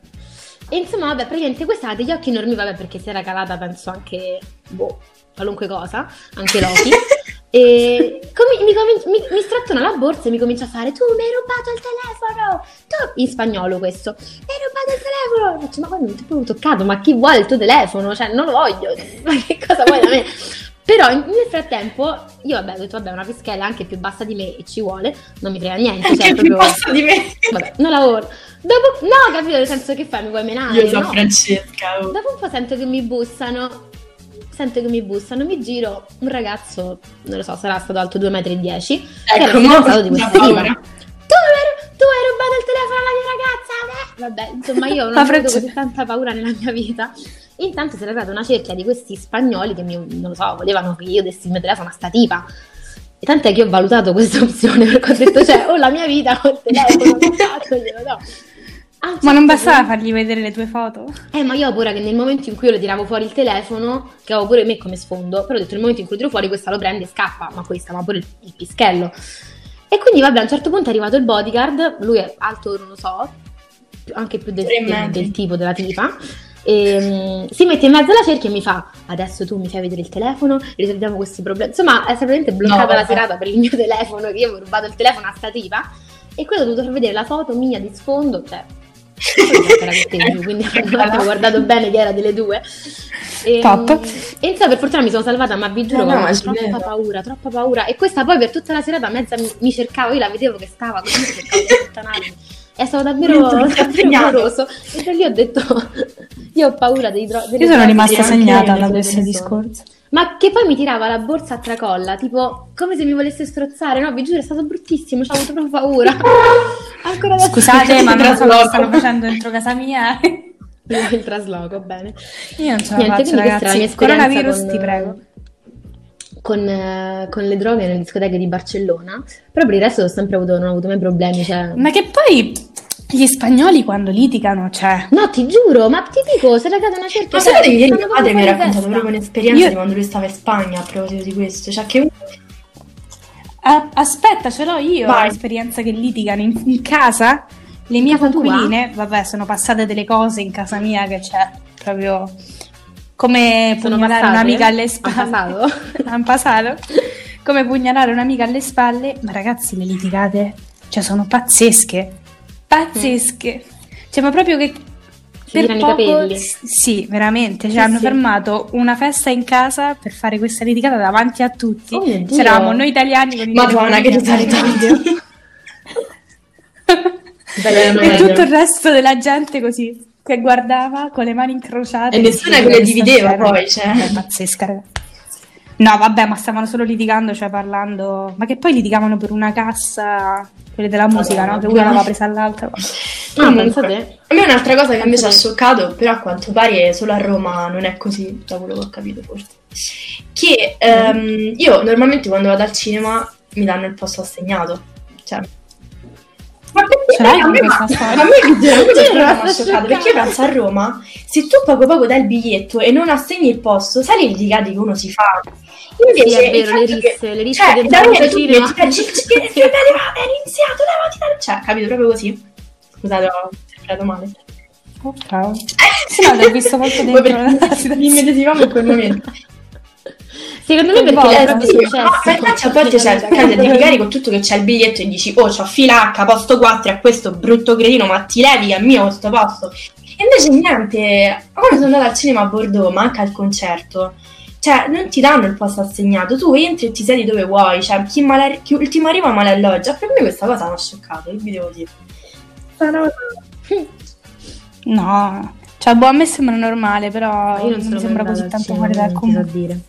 Speaker 1: E insomma, vabbè, praticamente questa ha degli occhi enormi, vabbè, perché si era calata, penso, anche, boh, qualunque cosa, anche Loki. e come- mi, comin- mi, mi strattona la borsa e mi comincia a fare, tu mi hai rubato il telefono, tu, in spagnolo questo, mi hai rubato il telefono. Faccio, ma guarda, non ti ho proprio toccato, ma chi vuole il tuo telefono? Cioè, non lo voglio, ma che cosa vuoi da me? Però in- nel frattempo, io vabbè, ho detto, vabbè, una pischella anche più bassa di me e ci vuole, non mi frega niente.
Speaker 3: Anche
Speaker 1: cioè,
Speaker 3: più
Speaker 1: proprio-
Speaker 3: basso di me.
Speaker 1: Vabbè, non lavoro. Dopo, no, capito, nel senso che fai, mi vuoi menare?
Speaker 3: Io sono
Speaker 1: no?
Speaker 3: Francesca. oh.
Speaker 1: Dopo un po' sento che mi bussano, sento che mi bussano, mi giro, un ragazzo, non lo so, sarà stato alto 2,10 m, che era
Speaker 3: Ecco,
Speaker 1: il fidanzato
Speaker 3: mo'
Speaker 1: di
Speaker 3: ho
Speaker 1: questa tipa.
Speaker 3: paura.
Speaker 1: Tu, hai- tu hai rubato il telefono alla mia ragazza! eh?" Vabbè, insomma, io non ho
Speaker 2: La
Speaker 1: avuto
Speaker 2: Francesca.
Speaker 1: così tanta paura nella mia vita. Intanto si era creata una cerchia di questi spagnoli che mi, non lo so, volevano che io dessi il mio telefono a sta tipa. E tant'è che io ho valutato questa opzione perché ho detto, cioè, o la mia vita o il telefono, che cazzo glielo do. A un
Speaker 2: Ma non
Speaker 1: certo
Speaker 2: bastava fargli vedere le tue foto?
Speaker 1: eh, ma io ho paura che nel momento in cui io lo tiravo fuori il telefono, che avevo pure me come sfondo, però ho detto nel momento in cui lo tiro fuori questa lo prende e scappa, ma questa, ma pure il, il pischello. E quindi vabbè, a un certo punto è arrivato il bodyguard, lui è alto, non lo so, più- anche più del,
Speaker 3: Tre
Speaker 1: del-
Speaker 3: metri.
Speaker 1: del tipo della tipa, e, mm, si mette in mezzo alla cerchia e mi fa adesso tu mi fai vedere il telefono, risolviamo questi problemi. Insomma, è semplicemente bloccata
Speaker 3: No, vabbè.
Speaker 1: la serata per il mio telefono, che io avevo rubato il telefono a sta tipa, e quello ho dovuto far vedere la foto mia di sfondo, cioè era con te, quindi non ho guardato bene chi era delle due. E, mm,
Speaker 2: Top.
Speaker 1: E insomma, per fortuna mi sono salvata, ma vi giuro,
Speaker 3: No, no,
Speaker 1: avevo
Speaker 3: ma ci
Speaker 1: troppa
Speaker 3: credo.
Speaker 1: paura, troppa paura. E questa poi per tutta la serata a mezza mi, mi cercavo, io la vedevo che stava così, cercavo di allontanarmi. È stato davvero,
Speaker 3: Non ti ho
Speaker 1: davvero
Speaker 3: segnato.
Speaker 1: pauroso. E da lì ho detto, io ho paura dei dro- delle
Speaker 2: Io sono
Speaker 1: droghe,
Speaker 2: rimasta
Speaker 1: anche
Speaker 2: segnata
Speaker 1: io,
Speaker 2: da
Speaker 1: delle
Speaker 2: questo
Speaker 1: persone.
Speaker 2: discorso.
Speaker 1: Ma che poi mi tirava la borsa a tracolla, tipo come se mi volesse strozzare. No, vi giuro, è stato bruttissimo, ho avuto proprio paura. Ancora adesso-
Speaker 2: Scusate, ma non so cosa
Speaker 3: Trasloco.
Speaker 2: stanno facendo dentro casa mia. Io
Speaker 1: Ah, il trasloco, bene.
Speaker 2: non ce la
Speaker 1: Niente,
Speaker 2: faccio,
Speaker 1: quindi questa era la mia
Speaker 2: ragazzi.
Speaker 1: esperienza
Speaker 2: Coronavirus,
Speaker 1: con,
Speaker 2: ti prego.
Speaker 1: Con, eh, con le droghe nelle discoteche di Barcellona, però per il resto ho sempre avuto, non ho avuto mai problemi, cioè...
Speaker 2: Ma che poi gli spagnoli quando litigano, cioè...
Speaker 1: No, ti giuro, ma ti dico, se ragazzi una cerchia...
Speaker 3: Ma sapete che ieri
Speaker 1: stanno
Speaker 3: mio padre mi ha
Speaker 1: proprio fuori
Speaker 3: raccontato
Speaker 1: testa.
Speaker 3: proprio un'esperienza
Speaker 2: Io-
Speaker 3: di quando lui stava in Spagna a proposito di questo, cioè che uno
Speaker 2: Ah, aspetta, ce l'ho io
Speaker 3: Vai.
Speaker 2: l'esperienza che litigano in, in casa. Le mie
Speaker 1: Casa tua?
Speaker 2: coinquiline, vabbè, sono passate delle cose in casa mia che c'è proprio come
Speaker 1: Sono
Speaker 2: pugnalare
Speaker 1: passate? eh?
Speaker 2: un'amica alle
Speaker 1: Han
Speaker 2: spalle.
Speaker 1: passato?
Speaker 2: Han passato. Come pugnalare un'amica alle spalle, ma ragazzi, le litigate, cioè sono pazzesche. Pazzesche. Cioè, ma proprio che
Speaker 1: girano i capelli.
Speaker 2: s- Sì, veramente, cioè
Speaker 1: Sì,
Speaker 2: hanno
Speaker 1: sì.
Speaker 2: fermato una festa in casa per fare questa litigata davanti a tutti.
Speaker 1: Oh mio Dio.
Speaker 2: C'eravamo noi italiani con i
Speaker 3: Madonna, che
Speaker 2: telefoni
Speaker 3: totalità.
Speaker 2: davanti al video.
Speaker 1: Beh, non
Speaker 2: e
Speaker 1: è
Speaker 3: meglio.
Speaker 2: tutto il resto della gente così che guardava con le mani incrociate.
Speaker 3: E nessuno che le divideva poi, cioè.
Speaker 2: È pazzesca, ragazzi. No, vabbè, ma stavano solo litigando, cioè parlando. Ma che poi litigavano per una cassa, quelle della musica,
Speaker 3: Madonna.
Speaker 2: no? Che una l'aveva presa all'altra. vabbè.
Speaker 1: Ah,
Speaker 3: Comunque,
Speaker 1: pensa te.
Speaker 3: A me è un'altra cosa che invece ha
Speaker 1: Pensa
Speaker 3: scioccato, però a quanto pare solo a Roma non è così, da quello che ho capito forse. Che ehm, io normalmente quando vado al cinema mi danno il posto assegnato. Cioè... Ma perché Eh,
Speaker 2: Ce l'hai
Speaker 3: a me
Speaker 2: con
Speaker 3: ma-
Speaker 2: questa storia?
Speaker 3: ma a me mi
Speaker 1: Sì,
Speaker 3: mi ha
Speaker 1: rimasta
Speaker 3: scioccato perché io
Speaker 1: scioccata.
Speaker 3: penso a Roma, se tu poco poco dai il biglietto e non assegni il posto, sai le litigate che uno si fa. Invece,
Speaker 1: Sì, è vero,
Speaker 3: il
Speaker 1: le
Speaker 3: fatto
Speaker 1: risse,
Speaker 3: che-
Speaker 1: le risse
Speaker 3: cioè,
Speaker 1: dentro
Speaker 3: davvero
Speaker 1: il
Speaker 3: tu
Speaker 1: cinema.
Speaker 3: metti, cioè, ci- ci- che che bello, ah, è iniziato, levati dal... Cioè, capito, proprio così. Scusate, ho interpretato male.
Speaker 2: Oh, bravo.
Speaker 3: Eh,
Speaker 2: Sì, no, l'ho visto molto
Speaker 3: Voi
Speaker 2: dentro la
Speaker 3: perché Mi immedesimavamo in quel momento.
Speaker 1: Secondo me perché
Speaker 2: Poi,
Speaker 1: è
Speaker 2: eh,
Speaker 1: proprio
Speaker 2: sì,
Speaker 1: successo.
Speaker 3: No, per tanti a volte cioè, c'è cambia di litigare con tutto che c'è il biglietto e dici oh c'ho fila H posto 4 a questo brutto cretino ma ti levi che è mio questo posto e invece niente quando sono andata al cinema a Bordeaux manca il concerto cioè non ti danno il posto assegnato tu entri e ti siedi dove vuoi cioè chi, male- chi ultimo arriva male alloggia per me questa cosa mi ha scioccato che vi devo dire
Speaker 2: No, cioè, boh, a me sembra normale, però
Speaker 1: Ma io
Speaker 2: non
Speaker 1: sono
Speaker 2: mi sembra
Speaker 1: mai
Speaker 2: così
Speaker 1: andata
Speaker 2: tanto
Speaker 1: al
Speaker 2: fuori
Speaker 1: cinema,
Speaker 2: dal
Speaker 1: non ti so
Speaker 2: comune.
Speaker 1: dire.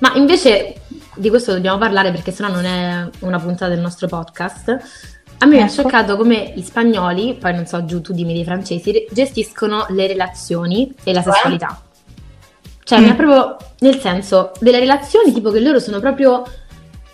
Speaker 1: Ma invece di questo dobbiamo parlare perché sennò non è una puntata del nostro podcast. A me mi ha
Speaker 2: Ecco.
Speaker 1: scioccato come gli spagnoli, poi non so giù tu dimmi dei francesi, re- gestiscono le relazioni e la
Speaker 3: Cioè?
Speaker 1: sessualità. Cioè,
Speaker 2: Mm.
Speaker 1: mi ha proprio nel senso delle relazioni, tipo che loro sono proprio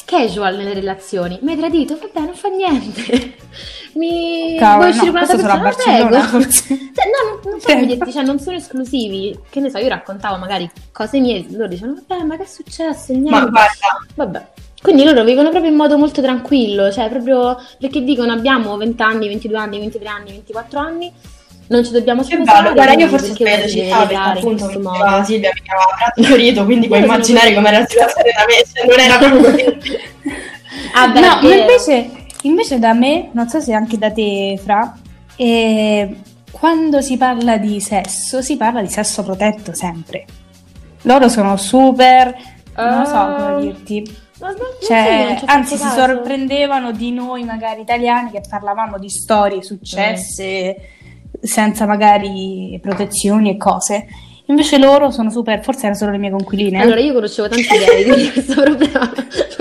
Speaker 1: casual nelle relazioni. Mi hai tradito, vabbè, non fa niente. Mi
Speaker 2: Cavolo,
Speaker 1: Eh, vuoi uscire
Speaker 2: no,
Speaker 1: con
Speaker 2: questo
Speaker 1: un'altra
Speaker 2: solo a
Speaker 1: persona?
Speaker 2: Barcellona,
Speaker 1: Prego.
Speaker 2: forse.
Speaker 1: Cioè, no, non, non
Speaker 3: Certo.
Speaker 1: sono biglietti, cioè, non sono esclusivi. Che ne so, io raccontavo magari cose mie, loro dicevano, vabbè, ma che è successo? Niente.
Speaker 3: ma guarda
Speaker 1: Vabbè. Quindi loro vivono proprio in modo molto tranquillo, cioè proprio perché dicono abbiamo 20 anni, 22 anni, 23 anni, 24 anni, non ci dobbiamo
Speaker 3: che
Speaker 1: sposare.
Speaker 3: bello guarda io
Speaker 1: quindi
Speaker 3: forse ho
Speaker 1: perché
Speaker 3: sbagliato
Speaker 1: voi dovete
Speaker 3: città perché
Speaker 1: dare in
Speaker 3: appunto
Speaker 1: questo
Speaker 3: mi
Speaker 1: modo?
Speaker 3: diceva Silvia mi chiamava Prato Fiorito quindi puoi
Speaker 1: Io sono
Speaker 3: immaginare
Speaker 1: così.
Speaker 3: com'era la situazione da me cioè, non era proprio così
Speaker 1: Ah, beh,
Speaker 2: no,
Speaker 1: è
Speaker 2: ma
Speaker 1: vero.
Speaker 2: invece, invece da me, non so se anche da te, Fra, eh, quando si parla di sesso, si parla di sesso protetto sempre. Loro sono super, non lo so come
Speaker 1: Ah.
Speaker 2: dirti,
Speaker 1: Ma no, non so, non
Speaker 2: cioè,
Speaker 1: ci ho
Speaker 2: anzi si
Speaker 1: fatto certo caso.
Speaker 2: sorprendevano di noi magari italiani che parlavamo di storie successe senza magari protezioni e cose. Invece loro sono super, forse erano solo le mie
Speaker 3: eh.
Speaker 2: eh. conquiline.
Speaker 1: Allora io conoscevo tanti gay, quindi questo problema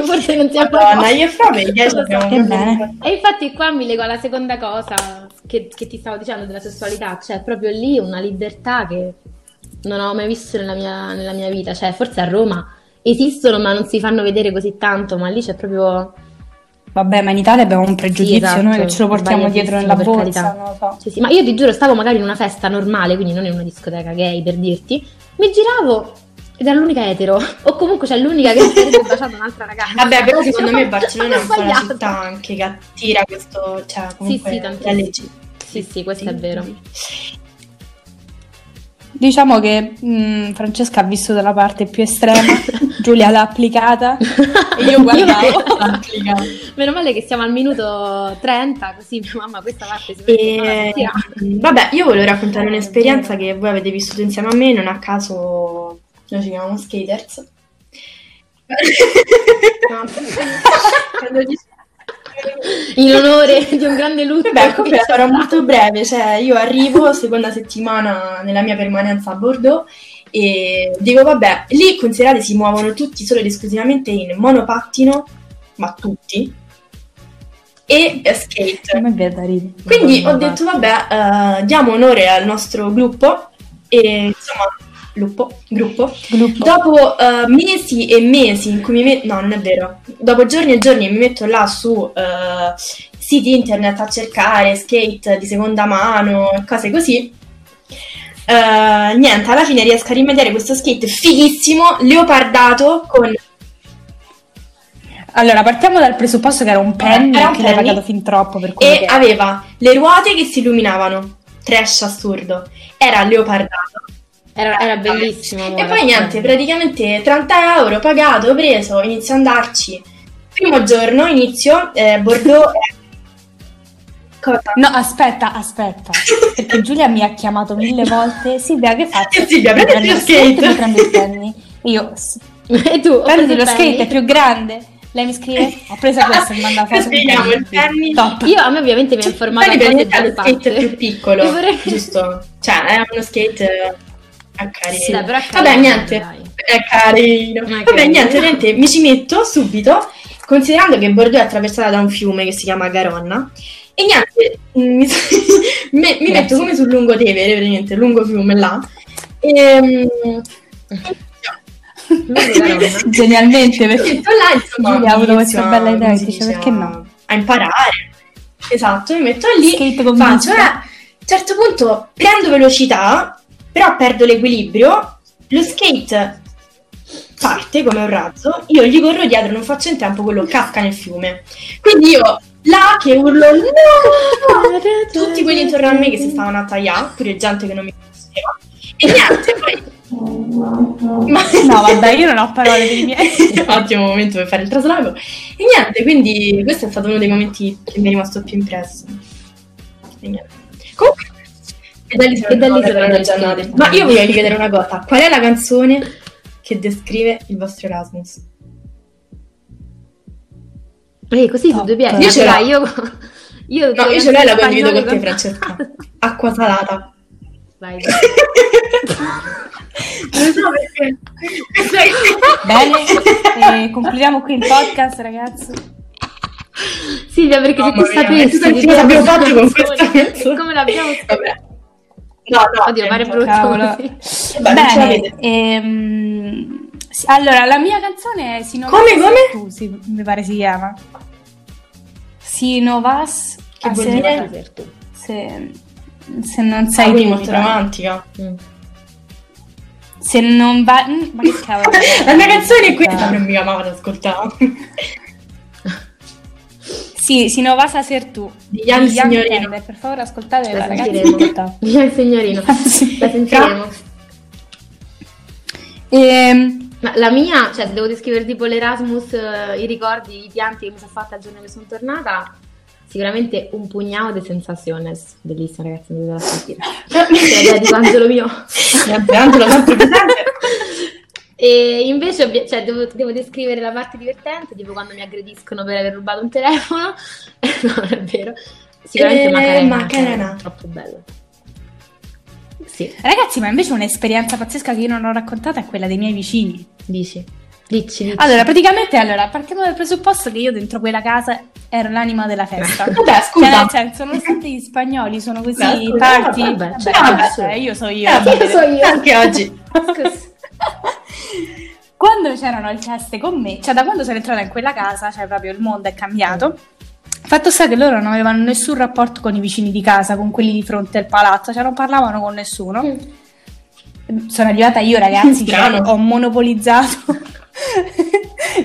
Speaker 1: forse non ti ha
Speaker 3: Madonna, io e Fra per i dieci
Speaker 1: Lo so.
Speaker 3: abbiamo
Speaker 2: Ebbene.
Speaker 1: E infatti qua mi lego alla seconda cosa che, che ti stavo dicendo della sessualità, cioè proprio lì una libertà che non ho mai visto nella mia, nella mia vita, cioè forse a Roma esistono ma non si fanno vedere così tanto, ma lì c'è proprio...
Speaker 2: Vabbè, ma in Italia abbiamo un pregiudizio
Speaker 1: esatto,
Speaker 2: noi che ce lo portiamo dietro nella
Speaker 1: variatissimo, per
Speaker 2: borsa,
Speaker 1: carità.
Speaker 2: non lo so.
Speaker 1: cioè Sì, sì, ma io ti giuro, stavo magari in una festa normale, quindi non in una discoteca gay per dirti, mi giravo ed era l'unica etero, o comunque c'è l'unica che sarebbe baciato un'altra ragazza.
Speaker 3: Vabbè, però secondo me Barcellona è un po' una
Speaker 1: Sbagliato.
Speaker 3: città anche che attira questo, cioè comunque
Speaker 1: sì,
Speaker 3: la
Speaker 1: tantissimo.
Speaker 3: legge.
Speaker 1: Sì, sì, questo è vero.
Speaker 2: Diciamo che mh, Francesca ha vissuto la parte più estrema, Giulia l'ha applicata.
Speaker 3: E io guardavo.
Speaker 1: Meno male che siamo al minuto 30, così mia mamma questa parte si
Speaker 3: E,
Speaker 1: Ah,
Speaker 3: mm, vabbè, io volevo raccontare
Speaker 2: Eh,
Speaker 3: un'esperienza
Speaker 2: vero.
Speaker 3: che voi avete vissuto insieme a me, non a caso noi ci chiamiamo skaters. Quando dici-
Speaker 1: In onore di un grande lutto.
Speaker 3: Vabbè,
Speaker 1: che
Speaker 3: comunque
Speaker 1: c'è
Speaker 3: sarà
Speaker 1: stato.
Speaker 3: molto breve, cioè io arrivo seconda settimana nella mia permanenza a Bordeaux e dico vabbè, lì considerate si muovono tutti solo ed esclusivamente in monopattino, ma tutti, e eh, skate.
Speaker 2: Come viene da ridere.
Speaker 3: Quindi ho
Speaker 1: Madonna,
Speaker 3: detto vabbè, eh, diamo onore al nostro gruppo e insomma, gruppo, gruppo.
Speaker 2: Gruppo.
Speaker 3: Dopo eh, mesi e mesi in cui mi metto, no, non è vero, dopo giorni e giorni mi metto là su eh, siti internet a cercare skate di seconda mano e cose così. eh, niente, alla fine riesco a rimediare questo skate fighissimo, leopardato con
Speaker 2: Allora, partiamo dal presupposto che era un penny
Speaker 3: Era un
Speaker 2: che l'hai
Speaker 3: penny.
Speaker 2: pagato fin troppo per quello
Speaker 3: e
Speaker 2: che era.
Speaker 3: aveva le ruote che si illuminavano. Trash assurdo. Era leopardato.
Speaker 1: Era, era bellissimo.
Speaker 3: E
Speaker 1: amore.
Speaker 3: poi niente, praticamente 30 euro pagato, preso, inizio ad andarci. Primo giorno inizio, eh, Bordeaux è... Cosa?
Speaker 2: No, aspetta, aspetta, perché Giulia mi ha chiamato mille volte. Silvia, che faccio?
Speaker 3: Silvia,
Speaker 2: Mi
Speaker 3: prenditi
Speaker 2: prendo
Speaker 3: lo
Speaker 2: il skate,
Speaker 3: skate.
Speaker 2: mi prendo il penny. E Io, "S-
Speaker 1: E tu? ho
Speaker 2: prenditi
Speaker 1: preso
Speaker 2: lo
Speaker 1: il
Speaker 2: skate, è
Speaker 1: penny.
Speaker 2: più grande. Lei mi scrive, ho preso questo e manda a fare
Speaker 3: Spieghiamo il penny.
Speaker 2: Top.
Speaker 1: Io a me ovviamente
Speaker 3: Cioè,
Speaker 1: mi ha informato
Speaker 3: Poi
Speaker 1: a quante
Speaker 3: dipende dallo skate
Speaker 1: parte.
Speaker 3: più piccolo,
Speaker 1: Io vorrei-
Speaker 3: giusto? Cioè, è uno skate a carino.
Speaker 1: Sì, dai, però è
Speaker 3: Vabbè,
Speaker 1: carino,
Speaker 3: niente.
Speaker 1: dai.
Speaker 3: È
Speaker 1: Ma
Speaker 3: carino.
Speaker 1: è
Speaker 3: Vabbè,
Speaker 1: carino.
Speaker 3: niente, niente, mi ci metto subito, considerando che Bordeaux è attraversata da un fiume che si chiama Garonna. E niente, mm, mi, me- mi metto come sul lungo Tevere, veramente, lungo fiume là. Ehm, E,
Speaker 1: Madonna.
Speaker 2: Genialmente, perché
Speaker 3: metto là, insomma,
Speaker 2: Giulia ha avuto
Speaker 3: inizio
Speaker 2: questa bella
Speaker 3: a-
Speaker 2: idea,
Speaker 3: come si
Speaker 2: dice,
Speaker 3: dice,
Speaker 2: perché
Speaker 3: a-
Speaker 2: no?
Speaker 3: A imparare. Esatto, mi metto lì
Speaker 2: skate con
Speaker 3: faccio, eh,
Speaker 2: vista.
Speaker 3: a un certo punto prendo velocità, però perdo l'equilibrio, lo skate parte come un razzo, io gli corro dietro, non faccio in tempo, quello casca nel fiume. Quindi io là che urlo no! Tutti quelli intorno a me che si stavano a tagliare, pure gente che non mi conosceva. E niente, poi... Ma...
Speaker 2: No, vabbè, io non ho parole per i miei.
Speaker 3: Ottimo momento per fare il trasloco. E niente, quindi questo è stato uno dei momenti che mi è rimasto più impresso. E niente. Comunque, e da lì sono
Speaker 1: E da lì
Speaker 3: andate
Speaker 1: sono
Speaker 3: per le
Speaker 1: andate.
Speaker 3: giornate. Ma io voglio chiedere una cosa: qual è la canzone che descrive il vostro Erasmus?
Speaker 1: Eh, così su due piedi.
Speaker 2: Io
Speaker 3: ce l'ho.
Speaker 1: Dai, io, io
Speaker 3: No, io ce l'ho e la condivido
Speaker 1: spagnolo
Speaker 3: con te, Francesca. Acqua salata.
Speaker 1: Vai.
Speaker 3: Non so perché.
Speaker 2: Bene, eh, concludiamo qui il podcast, ragazzi.
Speaker 1: Silvia, perché
Speaker 3: Mamma
Speaker 1: se tu
Speaker 3: mia,
Speaker 1: sapessi
Speaker 3: penso che
Speaker 1: di
Speaker 3: l'abbiamo
Speaker 1: questa
Speaker 3: fatto
Speaker 1: canzone
Speaker 3: con questa canzone.
Speaker 1: e come l'abbiamo scritta.
Speaker 3: Vabbè. No, no.
Speaker 1: Oddio, pare
Speaker 3: niente.
Speaker 1: brutto
Speaker 2: cavolo.
Speaker 1: così.
Speaker 3: Vabbè, non
Speaker 2: Bene,
Speaker 3: ce l'avete.
Speaker 2: ehm, sì, allora la mia canzone è Sinovas.
Speaker 3: Come, come?
Speaker 2: Tu, sì, mi pare si chiama. Sinovas.
Speaker 3: Che
Speaker 2: ah,
Speaker 3: vuol
Speaker 2: se,
Speaker 3: dire?
Speaker 2: Se, se non
Speaker 3: Ah,
Speaker 2: sai
Speaker 3: quindi
Speaker 2: tu, mi
Speaker 3: molto
Speaker 2: pare.
Speaker 3: romantica.
Speaker 1: Mm.
Speaker 2: Se non va. mm, Ma che cavolo.
Speaker 3: La mia canzone è questa, non mi amava ad ascoltare.
Speaker 2: Sì, Sinovasa Ser tu.
Speaker 3: Di Young
Speaker 2: Di Young
Speaker 3: Signorino.
Speaker 2: Tender, Per favore, ascoltate
Speaker 1: La
Speaker 2: ragazzi.
Speaker 1: sentiremo.
Speaker 2: ascoltate.
Speaker 1: Il signorino. La sentiremo.
Speaker 2: Ehm,
Speaker 1: Ma la mia, cioè, se devo descrivere tipo l'Erasmus, eh, i ricordi, i pianti che mi sono fatta il giorno che sono tornata, sicuramente un pugnao di sensaciones. Bellissima, ragazzi, non dovete sentire. Cioè, dai, dico, Angelo mio.
Speaker 3: Vabbè, Angela sempre presente.
Speaker 1: E invece, ovvia- cioè, devo, devo descrivere la parte divertente, tipo quando mi aggrediscono per aver rubato un telefono. no, non è vero. Sicuramente
Speaker 3: Eh,
Speaker 1: Macarena,
Speaker 3: Macarena.
Speaker 1: cioè, troppo bello. Sì,
Speaker 2: ragazzi, ma invece un'esperienza pazzesca che io non ho raccontato è quella dei miei vicini.
Speaker 1: dici. Dici, dici.
Speaker 2: Allora, praticamente, allora, partiamo dal presupposto che io dentro quella casa ero l'anima della festa.
Speaker 3: Vabbè,
Speaker 2: Cioè,
Speaker 3: scusa.
Speaker 2: nel senso, nonostante gli spagnoli sono così
Speaker 3: Beh, scusa,
Speaker 2: parti,
Speaker 1: vabbè,
Speaker 2: vabbè,
Speaker 1: cioè,
Speaker 2: vabbè,
Speaker 1: vabbè.
Speaker 2: io so io.
Speaker 3: Eh,
Speaker 1: Sì, lo so io.
Speaker 3: Anche oggi.
Speaker 1: Scusa.
Speaker 2: quando c'erano le feste con me, cioè da quando sono entrata in quella casa, cioè proprio il mondo è cambiato. Fatto sta che loro non avevano nessun rapporto con i vicini di casa, con quelli di fronte al palazzo, cioè non parlavano con nessuno. Sono arrivata io, ragazzi, cioè,
Speaker 3: Strano.
Speaker 2: ho monopolizzato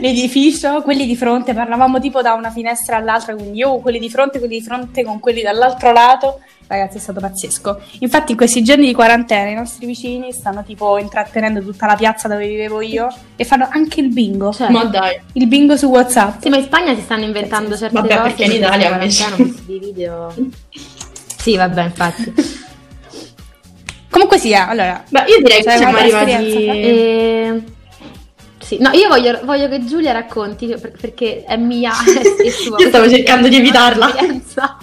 Speaker 2: l'edificio, quelli di fronte, parlavamo tipo da una finestra all'altra, quindi io con quelli di fronte, quelli di fronte con quelli dall'altro lato. Ragazzi, è stato pazzesco. Infatti, in questi giorni di quarantena i nostri vicini stanno tipo intrattenendo tutta la piazza dove vivevo io e fanno anche il bingo,
Speaker 1: Cioè,
Speaker 3: Ma dai.
Speaker 2: il bingo su WhatsApp.
Speaker 1: Sì, ma in Spagna si stanno inventando certe
Speaker 3: Vabbè,
Speaker 1: cose.
Speaker 3: perché in
Speaker 1: questa
Speaker 3: Italia
Speaker 1: quarantena
Speaker 3: invece-
Speaker 1: questi video. Sì, vabbè, infatti.
Speaker 2: Comunque sia, allora,
Speaker 3: Beh, io direi
Speaker 2: Cioè,
Speaker 3: che siamo
Speaker 2: una bella
Speaker 3: arrivati...
Speaker 2: esperienza,
Speaker 1: E- Ehm, Sì, no, io voglio, voglio che Giulia racconti per- perché è mia e sua.
Speaker 3: Io stavo cercando di evitarla.
Speaker 1: Esperienza.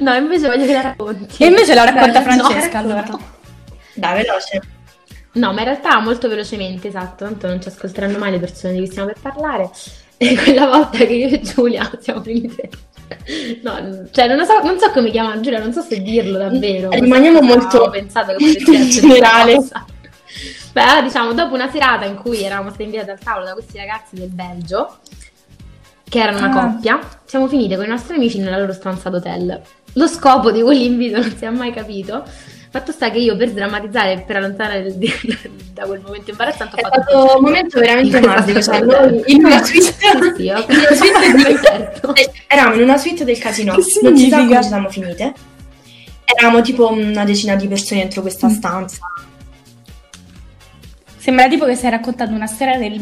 Speaker 1: No, invece voglio che la racconti.
Speaker 2: e invece la racconta
Speaker 1: Beh,
Speaker 2: Francesca,
Speaker 1: no,
Speaker 2: allora.
Speaker 1: racconta.
Speaker 3: Dai, veloce.
Speaker 1: No, ma in realtà molto velocemente, esatto, tanto non ci ascolteranno mai le persone di cui stiamo per parlare. E quella volta che io e Giulia siamo finite. No, cioè non so, non so come chiama Giulia, non so se dirlo davvero.
Speaker 3: Eh, Rimaniamo
Speaker 1: Questa cosa
Speaker 3: molto-
Speaker 1: ho pensato che potesse
Speaker 3: in
Speaker 1: essere una
Speaker 3: generale.
Speaker 1: cosa. Beh, allora, diciamo, dopo una serata in cui eravamo stati invitati al tavolo da questi ragazzi del Belgio, che erano una
Speaker 2: Ah.
Speaker 1: coppia, siamo finite con i nostri amici nella loro stanza d'hotel. Lo scopo di quell'invito non si è mai capito, Fatto sta che io per sdrammatizzare e per allontanare il- da quel momento imbarazzante ho
Speaker 3: È
Speaker 1: fatto...
Speaker 3: stato un momento veramente magico. Cioè, noi in una
Speaker 1: Sì,
Speaker 3: suite,
Speaker 1: sì, ho
Speaker 3: in una suite di-
Speaker 1: certo.
Speaker 3: eravamo in una suite del casino.
Speaker 2: Che
Speaker 3: Non si sa
Speaker 2: significa?
Speaker 3: come ci siamo finite. Eravamo tipo una decina di persone dentro questa
Speaker 2: Mm.
Speaker 3: stanza.
Speaker 2: Sembra tipo che stai raccontando una storia del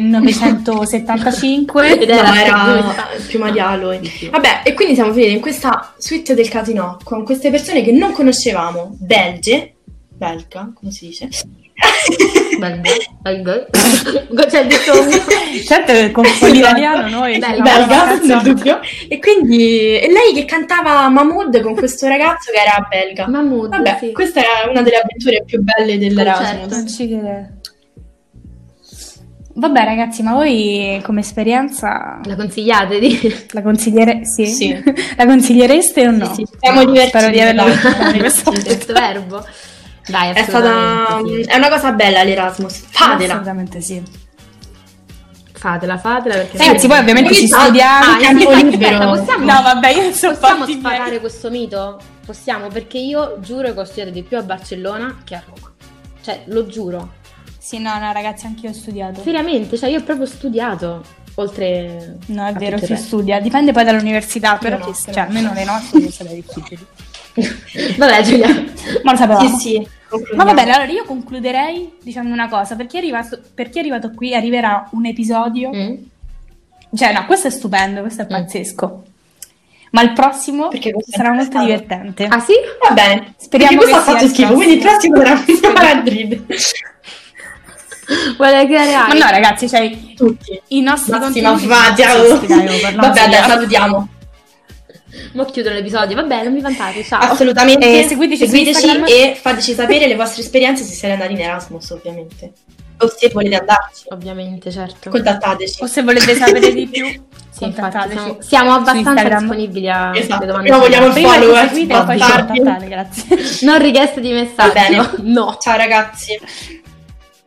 Speaker 2: 1975.
Speaker 1: Ed era
Speaker 3: No, era
Speaker 1: questa.
Speaker 3: più Marialo, eh.
Speaker 1: Di più.
Speaker 3: Vabbè, e quindi siamo finiti in questa suite del casino con queste persone che non conoscevamo, belge, belga, come si dice?
Speaker 1: Bel gol, bel gol. C'è il detto...
Speaker 2: certo che con con l'italiano noi...
Speaker 1: Belga.
Speaker 2: ci davamo una
Speaker 3: belga, nel
Speaker 2: cazzata.
Speaker 3: dubbio. E quindi e lei che cantava Mahmood con questo ragazzo che era belga.
Speaker 1: Mahmood,
Speaker 3: Vabbè,
Speaker 1: sì.
Speaker 3: questa era una delle avventure più belle dell'Erasmus.
Speaker 1: Certo.
Speaker 2: Non ci credo. Vabbè ragazzi, ma voi come esperienza
Speaker 1: La consigliate di...
Speaker 2: la consigliere... Sì?
Speaker 3: Sì.
Speaker 2: La consigliereste o no?
Speaker 3: Sì, sì, ci siamo divertiti.
Speaker 2: Spero di averla
Speaker 3: dai, ci siamo
Speaker 2: capita questa
Speaker 3: divertiti.
Speaker 1: questo verbo. Dai,
Speaker 3: È stata
Speaker 1: assolutamente, sì.
Speaker 3: è una cosa bella l'Erasmus. Fatela.
Speaker 2: Assolutamente sì.
Speaker 1: Fatela, fatela perché...
Speaker 2: Ragazzi, poi ovviamente
Speaker 3: Ogni
Speaker 2: ci
Speaker 3: tanto-
Speaker 2: studiamo.
Speaker 1: Ah,
Speaker 3: in campo
Speaker 1: aspetta,
Speaker 3: libero.
Speaker 1: aspetta, possiamo,
Speaker 2: No, vabbè, io
Speaker 1: possiamo
Speaker 2: sono Cioè, fatti miei.
Speaker 1: sparare questo mito? Possiamo, perché io giuro che ho studiato di più a Barcellona che a Roma. Cioè, lo giuro.
Speaker 2: Oh. Sì, no, no, ragazzi, anch'io ho studiato.
Speaker 1: Veramente, cioè io ho proprio studiato, oltre...
Speaker 2: No, è
Speaker 1: a tutto
Speaker 2: vero,
Speaker 1: il
Speaker 2: si
Speaker 1: resto.
Speaker 2: studia. Dipende poi dall'università, però
Speaker 3: no,
Speaker 2: ci-
Speaker 3: però-
Speaker 2: cioè, almeno le nostre sono state difficili.
Speaker 1: Vabbè, Giulia.
Speaker 2: Ma lo sapevamo.
Speaker 3: Sì, sì.
Speaker 2: Ma
Speaker 3: concludiamo.
Speaker 2: va bene, allora io concluderei dicendo una cosa. Per chi è arrivato, per chi è arrivato qui arriverà un episodio.
Speaker 1: Mm?
Speaker 2: Cioè, no, questo è stupendo, questo è
Speaker 1: Mm.
Speaker 2: pazzesco. Ma il prossimo
Speaker 3: Perché questo è
Speaker 2: sarà molto
Speaker 3: stato-
Speaker 2: divertente.
Speaker 1: Ah sì?
Speaker 3: Va bene.
Speaker 2: Speriamo
Speaker 3: Perché
Speaker 2: che
Speaker 3: questo ha
Speaker 2: sia
Speaker 3: fatto
Speaker 2: il
Speaker 3: schifo, quindi il
Speaker 2: prossimo.
Speaker 3: prossimo sarà a Madrid.
Speaker 1: Vuole creare
Speaker 2: Ma
Speaker 1: hype.
Speaker 2: no, ragazzi, cioè,
Speaker 3: Tutti.
Speaker 2: i nostri
Speaker 3: Massima
Speaker 2: contenuti
Speaker 3: va, ciao.
Speaker 2: pazzeschi, dai, oh, per- no,
Speaker 3: Vabbè, dai,
Speaker 2: seriamente.
Speaker 3: salutiamo.
Speaker 1: Mo' chiudo l'episodio, vabbè, non mi vantate, ciao.
Speaker 3: Assolutamente.
Speaker 2: Eh, seguiteci su Instagram.
Speaker 3: e fateci sapere le vostre esperienze se siete andati in Erasmus, ovviamente. O se volete andarci.
Speaker 1: Ovviamente, certo.
Speaker 3: Contattateci.
Speaker 2: O se volete sapere di più,
Speaker 1: Sì, infatti,
Speaker 2: contattateci
Speaker 1: siamo, siamo
Speaker 2: su
Speaker 1: abbastanza
Speaker 2: Instagram.
Speaker 1: disponibili a
Speaker 3: Esatto,
Speaker 1: alle domande.
Speaker 3: prima vogliamo il
Speaker 2: Prima ci
Speaker 3: follower,
Speaker 2: seguite e poi ci
Speaker 3: bastardi.
Speaker 2: contattate, grazie.
Speaker 1: Non richieste di
Speaker 3: Va bene.
Speaker 1: messaggio, no.
Speaker 3: Ciao ragazzi.